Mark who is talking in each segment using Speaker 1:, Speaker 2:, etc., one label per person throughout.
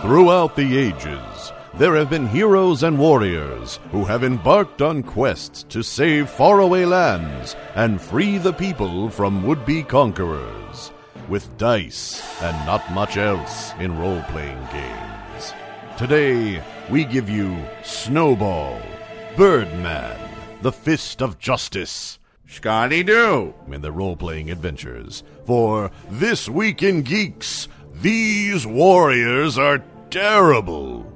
Speaker 1: Throughout the ages, there have been heroes and warriors who have embarked on quests to save faraway lands and free the people from would be conquerors, with dice and not much else in role playing games. Today, we give you Snowball, Birdman, The Fist of Justice,
Speaker 2: Scotty Doo.
Speaker 1: in their role playing adventures. For This Week in Geeks, these warriors are terrible.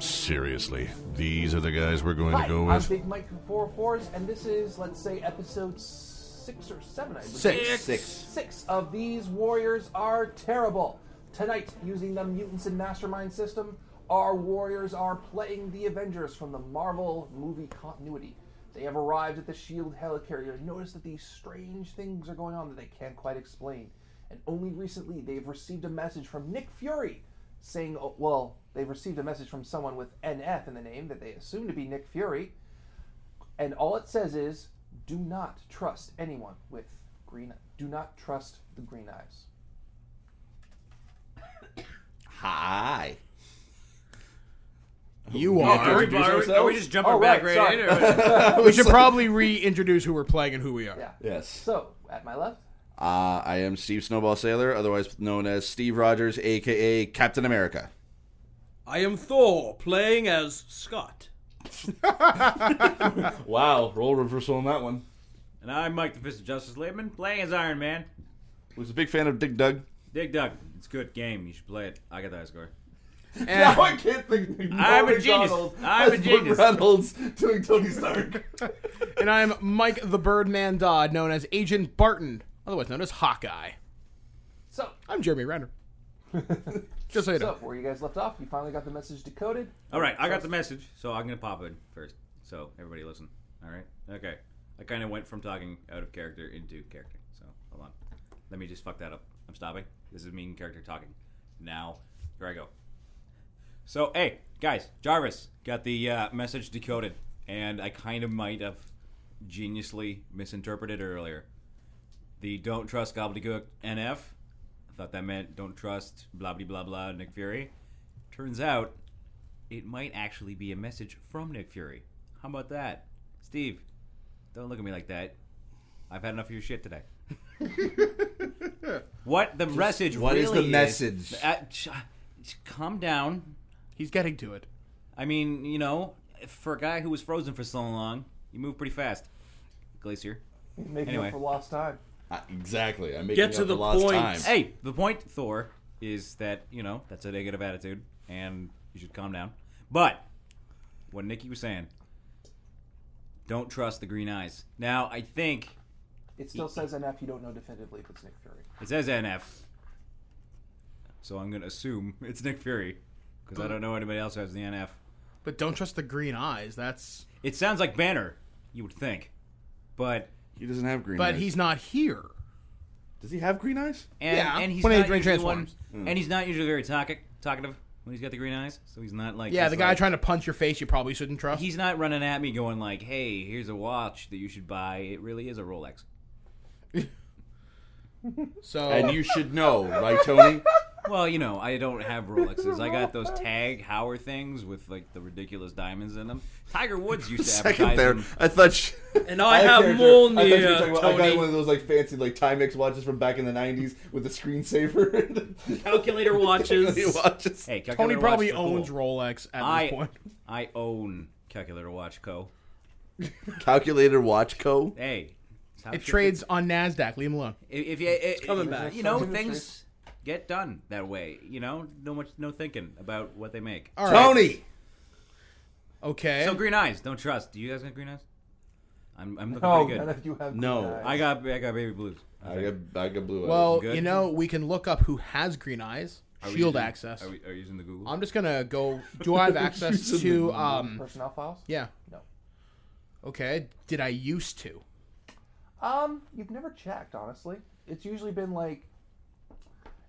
Speaker 1: Seriously, these are the guys we're going
Speaker 3: Hi,
Speaker 1: to go
Speaker 3: I'm
Speaker 1: with.
Speaker 3: Big Mike from Four Fours, and this is, let's say, episode six or seven, I believe.
Speaker 2: Six. Six.
Speaker 3: Six of these warriors are terrible. Tonight, using the Mutants and Mastermind system, our warriors are playing the Avengers from the Marvel movie continuity. They have arrived at the S.H.I.E.L.D. E helicarrier. Notice that these strange things are going on that they can't quite explain. And only recently, they've received a message from Nick Fury saying, oh, well, they've received a message from someone with NF in the name that they assume to be Nick Fury. And all it says is, do not trust anyone with green. Do not trust the green eyes.
Speaker 2: Hi.
Speaker 4: You
Speaker 5: Are
Speaker 4: Oh, are.
Speaker 5: we, are we- are we just jumping
Speaker 3: Oh,
Speaker 5: back
Speaker 3: right,
Speaker 5: right,
Speaker 3: sorry.
Speaker 5: in? Or
Speaker 4: We should probably reintroduce who we're playing and who we are.
Speaker 3: Yeah.
Speaker 2: Yes.
Speaker 3: So at my left,
Speaker 2: Uh, I am Steve Snowball Sailor, otherwise known as Steve Rogers, aka Captain America.
Speaker 6: I am Thor, playing as Scott.
Speaker 2: Wow, role reversal on that one.
Speaker 5: and I'm Mike the Fist of Justice Liebman, playing as Iron Man.
Speaker 2: Was a big fan of Dig Dug.
Speaker 5: Dig Dug, it's a good game. You should play it. I got the high score.
Speaker 4: And
Speaker 2: I can't think. of
Speaker 5: I'm a genius. I'm a genius.
Speaker 2: Reynolds doing Tony Stark.
Speaker 4: and I'm Mike the Birdman Dodd, known as Agent Barton, otherwise known as Hawkeye.
Speaker 3: so
Speaker 4: I'm Jeremy Renner. Just so
Speaker 3: so
Speaker 4: you know.
Speaker 3: where you guys left off, you finally got the message decoded.
Speaker 5: All right, I got the message, so I'm gonna pop in first. So everybody listen. All right, okay. I kind of went from talking out of character into character. So hold on, let me just fuck that up. I'm stopping. This is me in character talking. Now here I go. So hey guys, Jarvis got the uh, message decoded, and I kind of might have geniusly misinterpreted earlier. The don't trust gobbledygook NF. I thought that meant don't trust blah blah blah blah Nick Fury. Turns out it might actually be a message from Nick Fury. How about that? Steve, don't look at me like that. I've had enough of your shit today. what the message
Speaker 2: what is the
Speaker 5: really
Speaker 2: message?
Speaker 5: Uh, sh- sh- calm down.
Speaker 4: He's getting to it.
Speaker 5: I mean, you know, for a guy who was frozen for so long, you move pretty fast. Glacier.
Speaker 3: Making
Speaker 5: Anyway.
Speaker 3: up for lost time.
Speaker 2: Uh, exactly. I'm making
Speaker 6: Get to
Speaker 2: up
Speaker 6: the
Speaker 2: for lost
Speaker 6: point.
Speaker 2: time.
Speaker 5: Hey, the point, Thor, is that, you know, that's a negative attitude, and you should calm down. But, what Nikki was saying, don't trust the green eyes. Now, I think
Speaker 3: It still says NF. You don't know definitively if it's Nick Fury.
Speaker 5: it says NF, so I'm going to assume it's Nick Fury, because I don't know anybody else who has the NF.
Speaker 4: But don't trust the green eyes. That's.
Speaker 5: It sounds like Banner, you would think. But,
Speaker 2: He doesn't have green eyes.
Speaker 4: But he's not here.
Speaker 2: Does he have green eyes?
Speaker 5: and,
Speaker 4: Yeah, Hmm.
Speaker 5: and he's
Speaker 4: when he-
Speaker 5: not
Speaker 4: when he
Speaker 5: usually the one,
Speaker 4: transforms.
Speaker 5: and he's not usually very talkative, talkative when he's got the green eyes, so he's not like
Speaker 4: Yeah,
Speaker 5: just
Speaker 4: the guy
Speaker 5: like-
Speaker 4: trying to punch your face you probably shouldn't trust.
Speaker 5: He's not running at me going like, "Hey, here's a watch that you should buy. It really is a Rolex."
Speaker 4: so
Speaker 2: And you should know, right, Tony?
Speaker 5: Well, you know, I don't have Rolexes. I got those Tag Hauer things with like the ridiculous diamonds in them. Tiger Woods used to
Speaker 2: Second
Speaker 5: advertise
Speaker 2: there,
Speaker 5: them.
Speaker 2: I thought. She-
Speaker 6: And I
Speaker 2: have character. I
Speaker 6: have
Speaker 2: thought you were
Speaker 6: Molnir,
Speaker 2: talking about- I got one
Speaker 6: Tony.
Speaker 2: of those like fancy like Timex watches from back in the '90s with the screensaver.
Speaker 6: Calculator watches.
Speaker 2: He watches.
Speaker 5: Hey, calculator
Speaker 4: Tony probably
Speaker 5: watches are cool.
Speaker 4: owns Rolex at this
Speaker 5: I
Speaker 4: point.
Speaker 5: I own calculator watch co.
Speaker 2: Calculator Watch Co.
Speaker 5: Hey, it's how
Speaker 4: It
Speaker 5: shit
Speaker 4: trades on NASDAQ. Leave him alone.
Speaker 5: gets- If, if you, it,
Speaker 6: coming
Speaker 5: it-
Speaker 6: back.
Speaker 5: you know
Speaker 3: Coming
Speaker 5: things get done that way. You know, no much, no thinking about what they make.
Speaker 4: All right.
Speaker 2: Tony.
Speaker 4: Okay.
Speaker 5: So green eyes, don't trust. Do you guys got green eyes? I'm I'm looking
Speaker 6: Oh,
Speaker 3: No,
Speaker 5: pretty good.
Speaker 3: none of Oh, you have.
Speaker 2: No,
Speaker 3: green eyes.
Speaker 5: I got I got baby blues.
Speaker 2: I got I got blue eyes.
Speaker 4: well,
Speaker 5: good.
Speaker 4: you know, we can look up who has green eyes.
Speaker 5: Are we
Speaker 4: Shield
Speaker 5: using-
Speaker 4: access.
Speaker 5: Are we, are we using the Google?
Speaker 4: I'm just gonna go. Do I have access to?
Speaker 5: Mm.
Speaker 4: Um,
Speaker 3: personnel files.
Speaker 4: yeah.
Speaker 3: No.
Speaker 4: Okay. Did I used to?
Speaker 3: Um, you've never checked, honestly. It's usually been like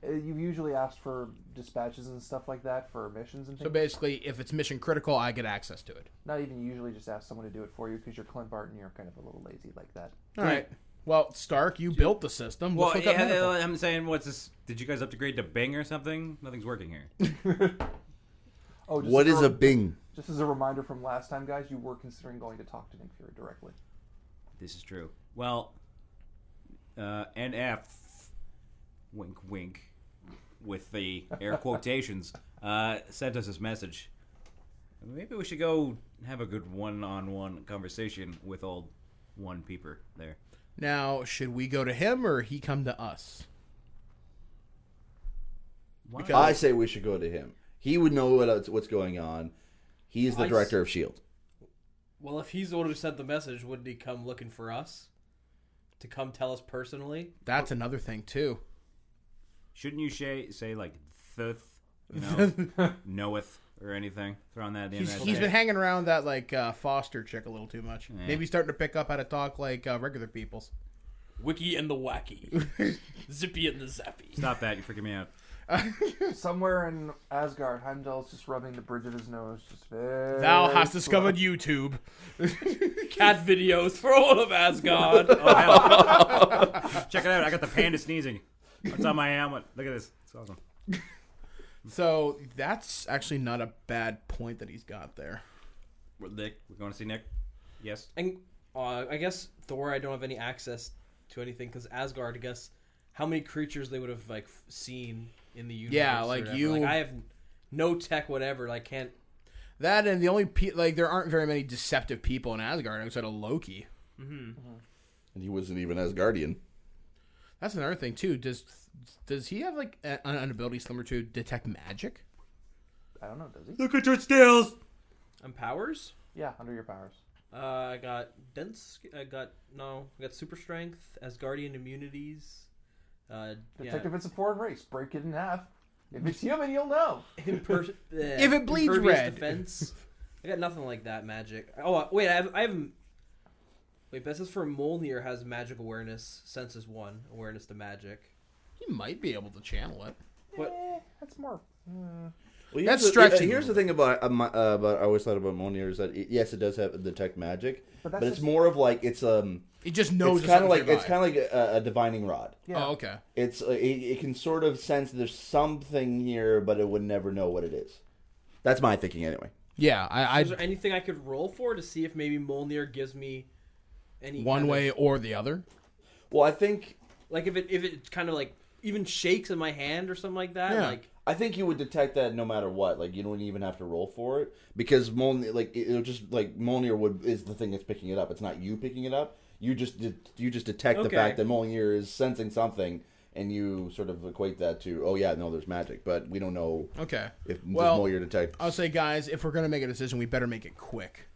Speaker 3: uh, you've usually asked for dispatches and stuff like that for missions and
Speaker 4: So
Speaker 3: things.
Speaker 4: basically, if it's mission critical, I get access to it.
Speaker 3: Not even usually just ask someone to do it for you because you're Clint Barton. You're kind of a little lazy like that.
Speaker 4: All right. Well, Stark, you built the system.
Speaker 5: Well,
Speaker 4: Let's look up
Speaker 5: yeah,
Speaker 4: medical.
Speaker 5: I'm saying, what's this? Did you guys upgrade to Bing or something? Nothing's working here.
Speaker 3: Oh, just
Speaker 2: What
Speaker 3: as
Speaker 2: is a Bing?
Speaker 3: Just as a reminder from last time, guys, you were considering going to talk to Nick Fury directly.
Speaker 5: This is true. Well, uh, NF, wink, wink, with the air quotations, uh, sent us this message. Maybe we should go have a good one-on-one conversation with old one peeper there.
Speaker 4: Now, should we go to him or he come to us?
Speaker 5: Why?
Speaker 2: I say we should go to him. He would know what, what's going on. He's the
Speaker 6: I
Speaker 2: director of Shield.
Speaker 6: Well, if he's the one who sent the message, wouldn't he come looking for us? To come tell us personally?
Speaker 4: That's another thing too.
Speaker 5: Shouldn't you say, say like thith, you know, knoweth or anything? Throwing that in.
Speaker 4: He's,
Speaker 5: that
Speaker 4: he's
Speaker 5: day.
Speaker 4: been hanging around that like uh, foster chick a little too much. Maybe he's starting to pick up how to talk like uh, regular people's.
Speaker 6: Wiki and the wacky. Zippy and the zappy.
Speaker 5: Stop that! You're freaking me out.
Speaker 3: Somewhere in Asgard, Heimdall's just rubbing the bridge of his nose, just very.
Speaker 4: Thou hast
Speaker 3: slow.
Speaker 4: discovered YouTube.
Speaker 6: Cat videos for all of Asgard.
Speaker 5: Oh, hell. Check it out. I got the panda sneezing. It's on my helmet. Look at this. It's awesome.
Speaker 4: So that's actually not a bad point that he's got there.
Speaker 5: We're Nick. We're going to see Nick. Yes.
Speaker 6: And uh, I guess Thor, I don't have any access to anything because Asgard. I guess how many creatures they would have like f- seen in the universe?
Speaker 4: Yeah,
Speaker 6: or
Speaker 4: like
Speaker 6: whatever.
Speaker 4: you-
Speaker 6: Like, I have no tech, whatever. Like can't.
Speaker 4: That and the only pe- like there aren't very many deceptive people in Asgard outside of Loki.
Speaker 2: And he wasn't even as guardian.
Speaker 4: That's another thing too. Does does he have like a- an, an ability similar to detect magic?
Speaker 3: I don't know, does he?
Speaker 5: Look at your scales.
Speaker 6: I'm Um, powers.
Speaker 3: Yeah, under your powers.
Speaker 6: Uh, I got dense. I got no. I got super strength, Asgardian immunities. Uh,
Speaker 3: Detect
Speaker 6: yeah.
Speaker 3: if it's a foreign race, break it in half. If it's human, you'll know.
Speaker 6: Imper-
Speaker 4: If it bleeds
Speaker 6: impervious
Speaker 4: red.
Speaker 6: defense. I got nothing like that magic. Oh uh, wait, I have. I have wait, but it says for Molnir has magic awareness, senses one, awareness to magic.
Speaker 4: He might be able to channel it.
Speaker 6: What?
Speaker 3: Eh, that's more.
Speaker 2: Well,
Speaker 4: That's
Speaker 2: here's the-
Speaker 4: stretching.
Speaker 2: Here's the thing about uh, my- uh, about I always thought about Mjolnir is that it, yes, it does have detect magic, but,
Speaker 3: But that's
Speaker 2: it's
Speaker 3: just-
Speaker 2: more of like it's um,
Speaker 4: He just knows.
Speaker 2: it's kind
Speaker 4: something
Speaker 2: of like it's
Speaker 4: nearby.
Speaker 2: kind of like a, a divining rod.
Speaker 3: Yeah.
Speaker 4: Oh, okay.
Speaker 2: It's uh, it, it can sort of sense there's something here, but it would never know what it is. That's my thinking anyway.
Speaker 4: Yeah, I,
Speaker 6: Is there
Speaker 4: I
Speaker 6: anything I could roll for to see if maybe Molnir gives me any kind
Speaker 4: one
Speaker 6: of-
Speaker 4: way or the other.
Speaker 2: Well, I think
Speaker 6: like if it if it kind of like even shakes in my hand or something like that?
Speaker 4: Yeah.
Speaker 6: Like
Speaker 2: I think you would detect that no matter what. Like you don't even have to roll for it because Molnir, like it- it'll just like Molnir would is the thing that's picking it up. It's not you picking it up. You just de- you just detect the
Speaker 6: Okay.
Speaker 2: fact that Molnir is sensing something, and you sort of equate that to oh yeah no there's magic, but we don't know
Speaker 4: Okay.
Speaker 2: if
Speaker 4: well,
Speaker 2: does Molnir detect.
Speaker 4: I'll say, guys, if we're gonna make a decision, we better make it quick.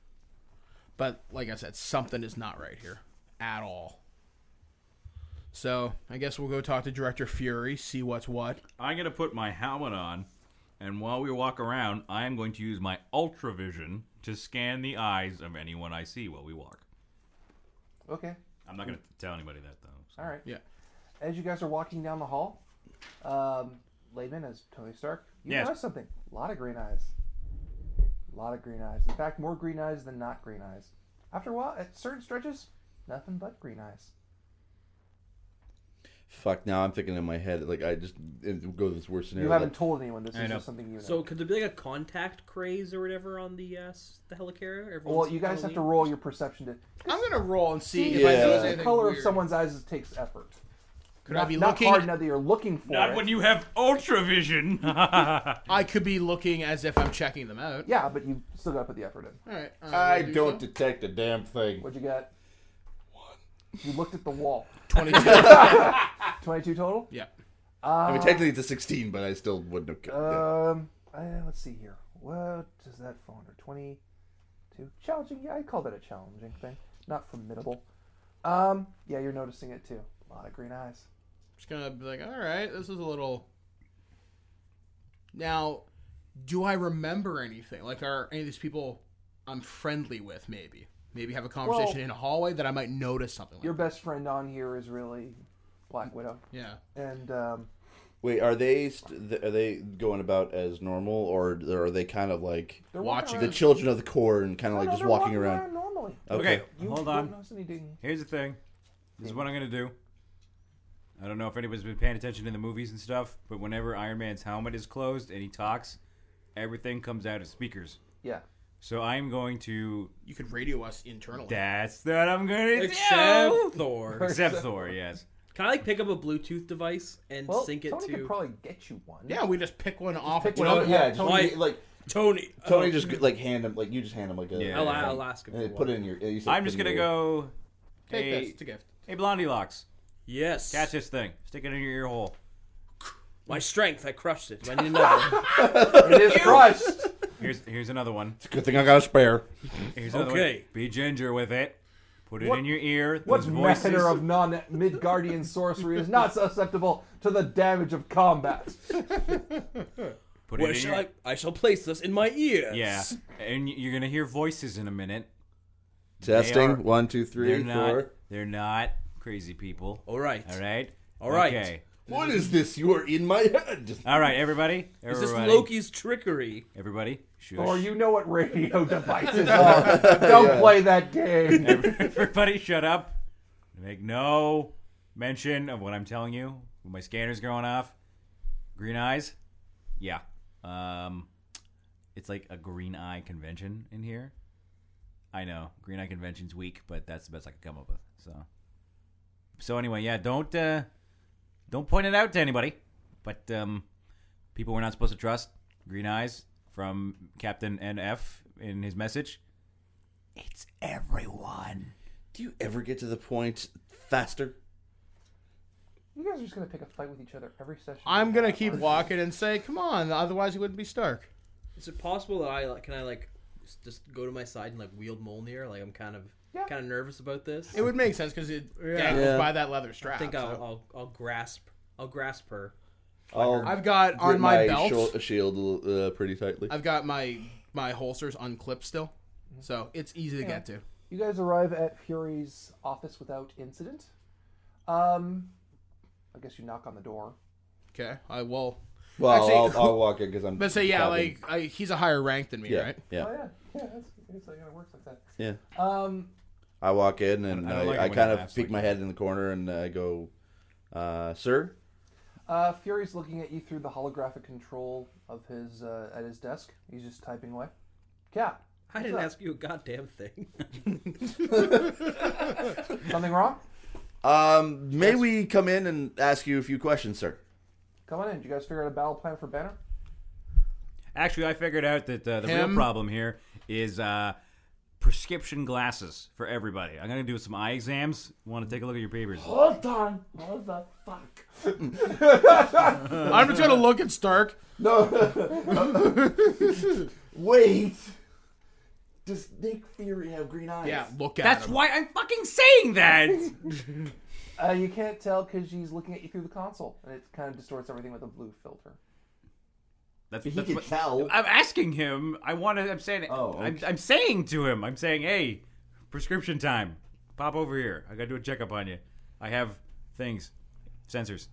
Speaker 4: But like I said, something is not right here at all. So I guess we'll go talk to Director Fury, see what's what.
Speaker 5: I'm gonna put my helmet on, and while we walk around, I am going to use my ultra vision to scan the eyes of anyone I see while we walk.
Speaker 3: Okay,
Speaker 5: I'm not gonna tell anybody that though. so.
Speaker 3: all right.
Speaker 4: Yeah.
Speaker 3: As you guys are walking down the hall, um, Layman as Tony Stark, you
Speaker 5: Yes.
Speaker 3: notice something. A lot of green eyes. A lot of green eyes. In fact, more green eyes than not green eyes. After a while, at certain stretches, nothing but green eyes.
Speaker 2: Fuck! Now I'm thinking in my head like I just it go to this worst
Speaker 3: You
Speaker 2: scenario.
Speaker 3: haven't told anyone this
Speaker 5: I
Speaker 3: is
Speaker 5: know.
Speaker 3: just something you know.
Speaker 6: so, could there be like a contact craze or whatever on the uh, s- the helicarrier?
Speaker 3: well, you guys have to roll your perception to.
Speaker 4: I'm gonna roll and see if
Speaker 2: Yeah.
Speaker 4: I
Speaker 2: Seeing
Speaker 4: notice
Speaker 2: the
Speaker 3: The
Speaker 4: anything
Speaker 3: color of
Speaker 4: weird.
Speaker 3: someone's eyes is- takes effort.
Speaker 4: Could
Speaker 3: Not,
Speaker 4: I be
Speaker 3: not
Speaker 4: looking?
Speaker 3: hard now that you're looking for
Speaker 5: Not
Speaker 3: it.
Speaker 5: when you have ultra vision.
Speaker 4: I could be looking as if I'm checking them out.
Speaker 3: Yeah, but you still got to put the effort in.
Speaker 4: All right. uh,
Speaker 2: I
Speaker 4: we'll do
Speaker 2: don't
Speaker 4: so.
Speaker 2: detect a damn thing.
Speaker 3: What'd you get? One. You looked at the wall.
Speaker 4: 22.
Speaker 3: 22 total?
Speaker 4: yeah.
Speaker 3: Ah.
Speaker 2: I mean, technically it's a 16, but I still wouldn't have. yeah.
Speaker 3: Um, uh, let's see here. What does that fall under? Twenty-two challenging. Yeah, I call that a challenging thing, not formidable. Um, yeah, you're noticing it too. A lot of green eyes.
Speaker 4: Just gonna be like, all right, this is a little. Now, do I remember anything? Like, are any of these people I'm friendly with? Maybe, maybe have a conversation
Speaker 3: Well-
Speaker 4: in a hallway that I might notice something. Like
Speaker 3: Your best friend on here is really Black Widow,
Speaker 4: that. yeah.
Speaker 3: and um,
Speaker 2: Wait, are they st- th- are they going about as normal, or are they kind of like
Speaker 3: they're
Speaker 4: Watching.
Speaker 2: the
Speaker 3: around-
Speaker 2: children of the corn, kind of
Speaker 3: No,
Speaker 2: like
Speaker 3: no,
Speaker 2: just
Speaker 3: they're
Speaker 2: walking around? Oh.
Speaker 3: normally.
Speaker 5: okay,
Speaker 3: You
Speaker 5: hold
Speaker 3: don't
Speaker 5: on.
Speaker 3: notice anything.
Speaker 5: Here's the thing. This is what I'm gonna do. I don't know if anybody's been paying attention in the movies and stuff, but whenever Iron Man's helmet is closed and he talks, everything comes out as speakers.
Speaker 3: Yeah.
Speaker 5: So I'm going to.
Speaker 4: You could radio us internally.
Speaker 5: That's what I'm gonna
Speaker 6: Except
Speaker 5: do.
Speaker 6: Thor.
Speaker 5: Except Thor, yes.
Speaker 6: Can I like pick up a Bluetooth device and
Speaker 3: Well,
Speaker 6: sync it
Speaker 3: Tony
Speaker 6: to
Speaker 3: could probably get you one.
Speaker 4: Yeah, we just pick one off.
Speaker 3: pick
Speaker 4: one
Speaker 3: one
Speaker 4: up.
Speaker 3: up. yeah,
Speaker 2: just
Speaker 6: Tony-
Speaker 2: Oh, like
Speaker 6: Tony?
Speaker 2: Tony just like hand him like you just hand him like a
Speaker 5: Yeah.
Speaker 6: I'll, I'll ask him.
Speaker 2: and
Speaker 6: for
Speaker 2: put it in
Speaker 6: one.
Speaker 2: your. You said
Speaker 5: I'm just
Speaker 2: put
Speaker 5: gonna
Speaker 2: in your-
Speaker 5: go.
Speaker 4: Take
Speaker 5: Hey,
Speaker 4: this. It's a gift.
Speaker 5: hey, Blondie locks.
Speaker 6: Yes.
Speaker 5: Catch this thing. Stick it in your ear hole.
Speaker 6: My strength, I crushed it. I need another.
Speaker 3: It is crushed.
Speaker 5: Here's here's another one.
Speaker 2: Good thing I got a spare.
Speaker 5: Here's another
Speaker 6: Okay.
Speaker 5: one. Be ginger with it. Put it
Speaker 3: What-
Speaker 5: in your ear.
Speaker 3: What
Speaker 5: Those voices.
Speaker 3: manner of non Midgardian sorcery is not susceptible to the damage of combat?
Speaker 5: Put
Speaker 6: Where
Speaker 5: it in
Speaker 6: shall
Speaker 5: your,
Speaker 6: I? I shall place this in my ear.
Speaker 5: Yeah, and y- you're gonna hear voices in a minute.
Speaker 2: Testing
Speaker 5: are-
Speaker 2: one, two,
Speaker 5: They're
Speaker 2: three,
Speaker 5: not.
Speaker 2: four.
Speaker 5: They're not crazy people.
Speaker 6: All right.
Speaker 5: All right.
Speaker 6: Oh. All right.
Speaker 5: Okay.
Speaker 2: What is this? You are in my head.
Speaker 5: All right, everybody.
Speaker 6: Is this
Speaker 5: Everybody.
Speaker 6: Loki's trickery?
Speaker 5: Everybody. Shush.
Speaker 3: Or Oh, you know what radio devices
Speaker 4: Oh,
Speaker 3: are. Don't play that game.
Speaker 5: Everybody, shut up. Make no mention of what I'm telling you. My scanner's going off. Green eyes. Yeah. Um, it's like a green eye convention in here. I know green eye convention's weak, but that's the best I could come up with. So. So anyway, yeah. Don't uh, don't point it out to anybody. But um, people we're not supposed to trust. Green eyes from Captain NF in his message. It's everyone.
Speaker 2: Do you ever get to the point faster?
Speaker 3: You guys are just going to pick a fight with each other every session.
Speaker 4: I'm gonna keep walking and say, "Come on!" Otherwise, he wouldn't be Stark.
Speaker 6: Is it possible that I like, can I like s- just go to my side and like wield Mjolnir? Like I'm kind of
Speaker 3: Yeah.
Speaker 6: kind of nervous about this.
Speaker 4: It would make sense because it dangles
Speaker 2: Yeah.
Speaker 4: by that leather strap.
Speaker 6: I think
Speaker 4: so.
Speaker 6: I'll, I'll I'll grasp I'll grasp her.
Speaker 2: I'll
Speaker 4: I've got
Speaker 2: grip
Speaker 4: on my, belt.
Speaker 2: shul- shield uh, pretty tightly.
Speaker 4: I've got my my holsters unclipped still, so it's easy to get to.
Speaker 3: You guys arrive at Fury's office without incident. Um, I guess you knock on the door.
Speaker 4: Okay, I will.
Speaker 2: well,
Speaker 4: actually-
Speaker 2: I'll, I'll walk it because I'm.
Speaker 4: But say, yeah,
Speaker 2: probably-
Speaker 4: like I, he's a higher rank than me,
Speaker 2: yeah,
Speaker 4: right?
Speaker 2: yeah,
Speaker 3: Oh yeah, yeah. That's, it's like, it works like that.
Speaker 2: yeah.
Speaker 3: Um,
Speaker 2: I walk in and
Speaker 5: I don't
Speaker 2: I,
Speaker 5: like it
Speaker 2: I
Speaker 5: when
Speaker 2: kind
Speaker 5: you
Speaker 2: of
Speaker 5: ask
Speaker 2: peek
Speaker 5: like
Speaker 2: my
Speaker 5: that.
Speaker 2: head in the corner and I go, uh, "Sir,
Speaker 3: uh, Fury's looking at you through the holographic control of his uh, at his desk. He's just typing away. Cap,
Speaker 6: I didn't ask you a goddamn thing.
Speaker 3: something wrong?
Speaker 2: um, may we come in and ask you a few questions, sir?"
Speaker 3: Come on in. Did you guys figure out a battle plan for Banner?
Speaker 5: Actually, I figured out that uh, the
Speaker 4: Him.
Speaker 5: real problem here is uh, prescription glasses for everybody. I'm gonna do some eye exams. Want to take a look at your papers?
Speaker 3: Hold on. What the fuck?
Speaker 4: I'm just gonna look at Stark.
Speaker 2: Wait. Does Nick Fury have green eyes?
Speaker 4: Yeah, look at
Speaker 5: That's
Speaker 4: him.
Speaker 5: why I'm fucking saying that.
Speaker 3: Uh, you can't tell because she's looking at you through the console, and it kind of distorts everything with a blue filter.
Speaker 5: That's,
Speaker 2: He
Speaker 5: that's
Speaker 2: can
Speaker 5: what-
Speaker 2: tell.
Speaker 5: I'm asking him. I want to. I'm saying.
Speaker 2: Oh,
Speaker 5: I'm,
Speaker 2: okay.
Speaker 5: I'm saying to him. I'm saying, hey, prescription time. Pop over here. I gotta do a checkup on you. I have things, sensors.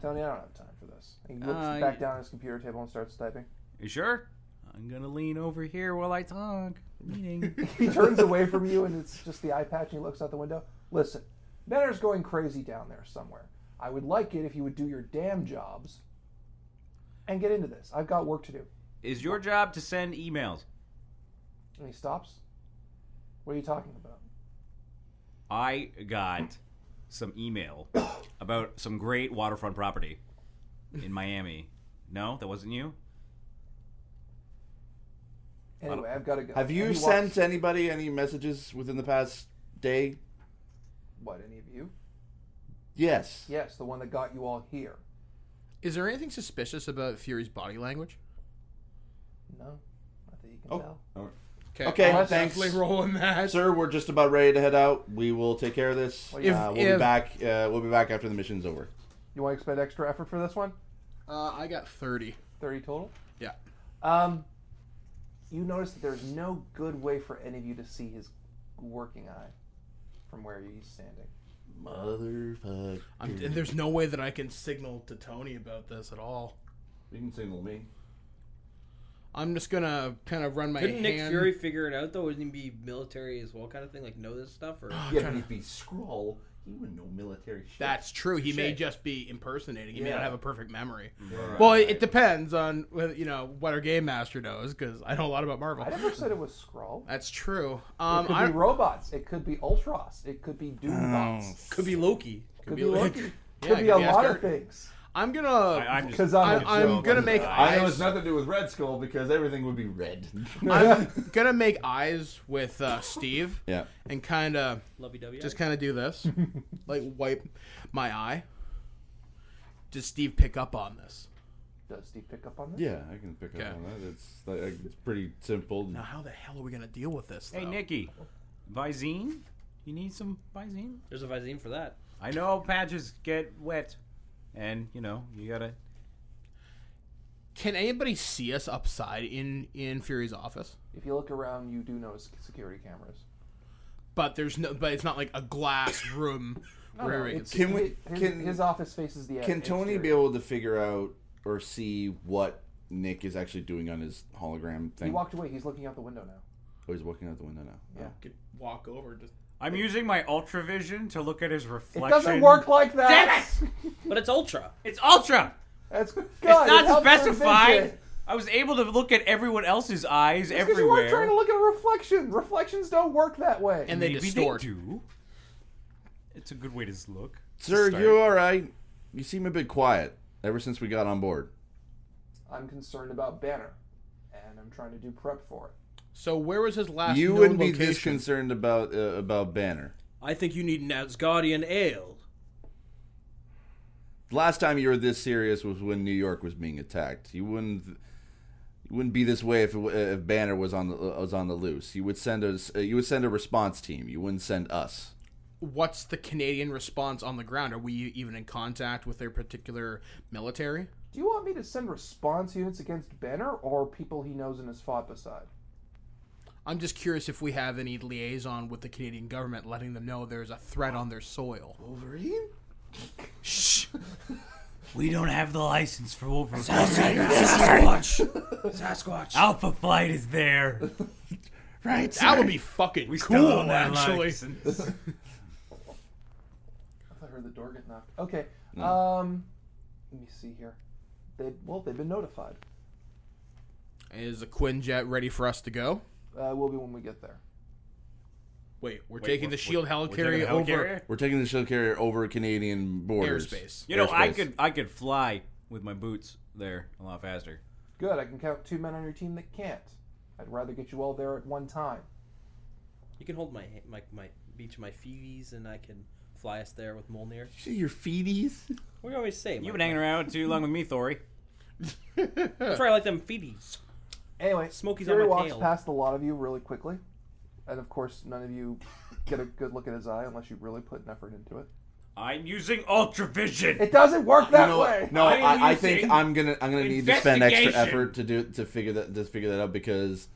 Speaker 3: Tony, I don't have time for this. He looks
Speaker 5: Uh,
Speaker 3: back
Speaker 5: y-
Speaker 3: down at his computer table and starts typing.
Speaker 5: You sure? I'm gonna lean over here while I talk. Leaning.
Speaker 3: He turns away from you, and it's just the eye patch, and he looks out the window. Listen, Banner's going crazy down there somewhere. I would like it if you would do your damn jobs and get into this. I've got work to do.
Speaker 5: is your job to send emails?
Speaker 3: And he stops. What are you talking about?
Speaker 5: I got some email about some great waterfront property in Miami. No, that wasn't you.
Speaker 3: Anyway, I've got to go.
Speaker 2: Have you
Speaker 3: And he
Speaker 2: sent
Speaker 3: walks-
Speaker 2: anybody any messages within the past day?
Speaker 3: what? Any of you?
Speaker 2: Yes.
Speaker 3: Yes, the one that got you all here.
Speaker 4: Is there anything suspicious about Fury's body language?
Speaker 3: No, not that you can
Speaker 2: Oh.
Speaker 3: tell.
Speaker 2: Okay,
Speaker 4: I'll
Speaker 2: thanks.
Speaker 4: definitely roll in that.
Speaker 2: Sir, we're just about ready to head out. We will take care of this.
Speaker 3: If-
Speaker 2: uh, we'll
Speaker 4: if-
Speaker 2: be back. Uh, we'll be back after the mission's over.
Speaker 3: You want to expend extra effort for this one?
Speaker 4: Uh, I got thirty.
Speaker 3: 30 total?
Speaker 4: Yeah.
Speaker 3: Um, you notice that there's no good way for any of you to see his working eye from where he's standing.
Speaker 2: Motherfucker!
Speaker 4: I'm, and there's no way that I can signal to Tony about this at all.
Speaker 2: You can signal me.
Speaker 4: I'm just gonna kind of run my
Speaker 6: Couldn't
Speaker 4: hand.
Speaker 6: Nick Fury figure it out though? Wouldn't he be military as well, kind of thing? Like know this stuff? Or
Speaker 2: Yeah, but if he scroll, He would know military shit.
Speaker 4: That's true. He may
Speaker 2: Shit.
Speaker 4: just be impersonating. He may not
Speaker 2: Yeah.
Speaker 4: have a perfect memory. Well, it depends on whether- you know what our game master knows because I know a lot about Marvel.
Speaker 3: I never said it was Skrull.
Speaker 4: That's true.
Speaker 3: It
Speaker 4: Um,
Speaker 3: could
Speaker 4: I
Speaker 3: be robots. It could be Ultros. It could be
Speaker 2: Oh,
Speaker 3: Doombots.
Speaker 6: Could be Loki.
Speaker 3: could
Speaker 4: be
Speaker 3: be Loki.
Speaker 4: like-
Speaker 3: could
Speaker 4: Yeah, it
Speaker 3: be
Speaker 4: could
Speaker 3: a
Speaker 4: be
Speaker 3: lot
Speaker 4: Asgard.
Speaker 3: of things.
Speaker 4: I'm gonna.
Speaker 5: I, I'm just.
Speaker 3: Because
Speaker 5: I,
Speaker 3: I'm,
Speaker 4: I'm gonna make
Speaker 2: I know
Speaker 4: eyes-
Speaker 2: it's nothing to do with Red Skull because everything would be red.
Speaker 4: I'm gonna make eyes with uh, Steve.
Speaker 2: Yeah.
Speaker 4: And kind of
Speaker 6: Lovey dovey.
Speaker 4: just kind of do this, like wipe my eye. Does Steve pick up on this?
Speaker 3: Does Steve pick up on this?
Speaker 2: yeah, I can pick
Speaker 4: Okay.
Speaker 2: up on that. It's like, it's pretty simple.
Speaker 4: Now, how the hell are we gonna deal with this?
Speaker 5: hey,
Speaker 4: though?
Speaker 5: Nikki, Visine, you need some Visine?
Speaker 6: There's a Visine for that.
Speaker 5: I know patches get wet, and you know you gotta.
Speaker 4: Can anybody see us upside in in Fury's office?
Speaker 3: If you look around, you do notice security cameras.
Speaker 4: But there's no. But it's not like a glass room where we
Speaker 3: Oh,
Speaker 4: can
Speaker 3: it's-
Speaker 4: see.
Speaker 2: Can we?
Speaker 3: his,
Speaker 2: Can
Speaker 3: his office faces the
Speaker 2: Can Tony be
Speaker 3: exterior.
Speaker 2: able to figure out or see what Nick is actually doing on his hologram thing?
Speaker 3: He walked away. He's looking out the window now.
Speaker 2: oh, he's walking out the window now.
Speaker 3: Yeah.
Speaker 4: Could walk over. Just
Speaker 5: I'm using my ultra vision to look at his reflection.
Speaker 3: It doesn't work like that.
Speaker 6: But it's Ultra.
Speaker 5: It's ultra.
Speaker 3: That's good.
Speaker 5: It's
Speaker 3: It
Speaker 5: not
Speaker 3: helps her
Speaker 5: specified.
Speaker 3: vision.
Speaker 5: I was able to look at everyone else's eyes
Speaker 3: It's 'cause you
Speaker 5: everywhere.
Speaker 3: weren't trying to look at a reflection. Reflections don't work that way.
Speaker 4: and they
Speaker 5: Maybe
Speaker 4: distort.
Speaker 5: they do. It's a good way to look.
Speaker 2: Sir,
Speaker 4: Start.
Speaker 2: you all right? You seem a bit quiet ever since we got on board.
Speaker 3: I'm concerned about Banner, and I'm trying to do prep for it.
Speaker 4: So where was his
Speaker 3: Ah,
Speaker 4: last?
Speaker 2: you
Speaker 4: known
Speaker 2: wouldn't be this
Speaker 4: location?
Speaker 2: concerned about uh, about Banner.
Speaker 6: I think you need an Asgardian ale.
Speaker 2: Last time you were this serious was when New York was being attacked. You wouldn't you wouldn't be this way if, it w- if Banner was on the uh, was on the loose. You would send us uh, you would send a response team. You wouldn't send us.
Speaker 4: What's the Canadian response on the ground? Are we even in contact with their particular military?
Speaker 3: Do you want me to send response units against Banner or people he knows and has fought beside?
Speaker 4: I'm just curious if we have any liaison with the Canadian government, letting them know there's a threat on their soil.
Speaker 3: Wolverine?
Speaker 5: We don't have the license for Wolverine. Sasquatch. Sasquatch. Alpha Flight is there.
Speaker 2: Right.
Speaker 4: That would be fucking cool, actually.
Speaker 3: I thought I heard the door get knocked. Okay. Um, let me see here. They well, they've been notified.
Speaker 4: Is the Quinjet ready for us to go?
Speaker 3: Uh, will be when we get there.
Speaker 4: Wait, we're taking the shield
Speaker 5: taking
Speaker 4: helicarrier
Speaker 5: the
Speaker 4: over
Speaker 5: helicarrier?
Speaker 2: We're taking the shell carrier over Canadian borders.
Speaker 4: airspace.
Speaker 5: You know, I
Speaker 2: Airspace.
Speaker 5: could I could fly with my boots there a lot faster.
Speaker 3: Good. I can count two men on your team that can't. I'd rather get you all there at one time.
Speaker 6: You can hold my ha- my my beach my Phoebe's and I can fly us there with Molnir.
Speaker 2: You see your feeties?
Speaker 6: What do you always say?
Speaker 5: You've been hanging around too long with me, Thori.
Speaker 6: That's right, I like them Phoebe's.
Speaker 3: Anyway,
Speaker 6: Smokey's
Speaker 3: Fury
Speaker 6: on my
Speaker 3: walks
Speaker 6: tail.
Speaker 3: past a lot of you really quickly, and of course, none of you get a good look at his eye unless you really put an effort into it.
Speaker 5: I'm using ultra vision.
Speaker 3: It doesn't work that
Speaker 2: No,
Speaker 3: way.
Speaker 2: No,
Speaker 5: I am
Speaker 2: I, I
Speaker 5: using
Speaker 2: think I'm gonna I'm gonna need to spend extra
Speaker 5: investigation.
Speaker 2: effort to do to figure that to figure that out because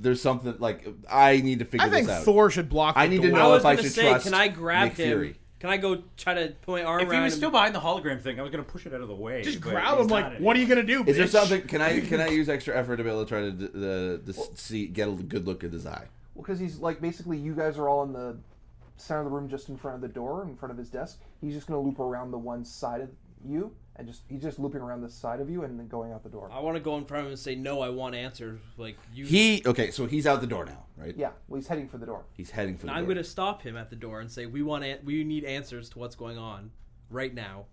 Speaker 2: there's something like I need to figure
Speaker 4: I think
Speaker 2: this out.
Speaker 4: Thor should block. The
Speaker 2: I need to
Speaker 4: door.
Speaker 2: know
Speaker 6: I was
Speaker 2: if I
Speaker 6: gonna
Speaker 2: should
Speaker 6: say,
Speaker 2: trust
Speaker 6: can I grab
Speaker 2: Nick
Speaker 6: him?
Speaker 2: Fury.
Speaker 6: Can I go try to put my arm
Speaker 5: If he
Speaker 6: around
Speaker 5: was
Speaker 6: him?
Speaker 5: still behind the hologram thing, I was gonna push it out of the way.
Speaker 4: Just
Speaker 5: but
Speaker 4: grab
Speaker 5: he's
Speaker 4: him.
Speaker 5: not
Speaker 4: Like,
Speaker 5: in
Speaker 4: what are
Speaker 5: it.
Speaker 4: you gonna do?
Speaker 2: Is there
Speaker 4: bitch?
Speaker 2: something? Can I can I use extra effort to be able to try to d- the, the s- see get a good look at his eye?
Speaker 3: Well, because he's like basically you guys are all in the center of the room, just in front of the door, in front of his desk. He's just going to loop around the one side of you, and just he's just looping around the side of you, and then going out the door.
Speaker 6: I want to go in front of him and say, "No, I want answers." Like you,
Speaker 2: He okay, so he's out the door now, right?
Speaker 3: Yeah, well, he's heading for the door.
Speaker 2: he's heading for the
Speaker 6: I'm
Speaker 2: door.
Speaker 6: going to stop him at the door and say, "We want, an- we need answers to what's going on right now."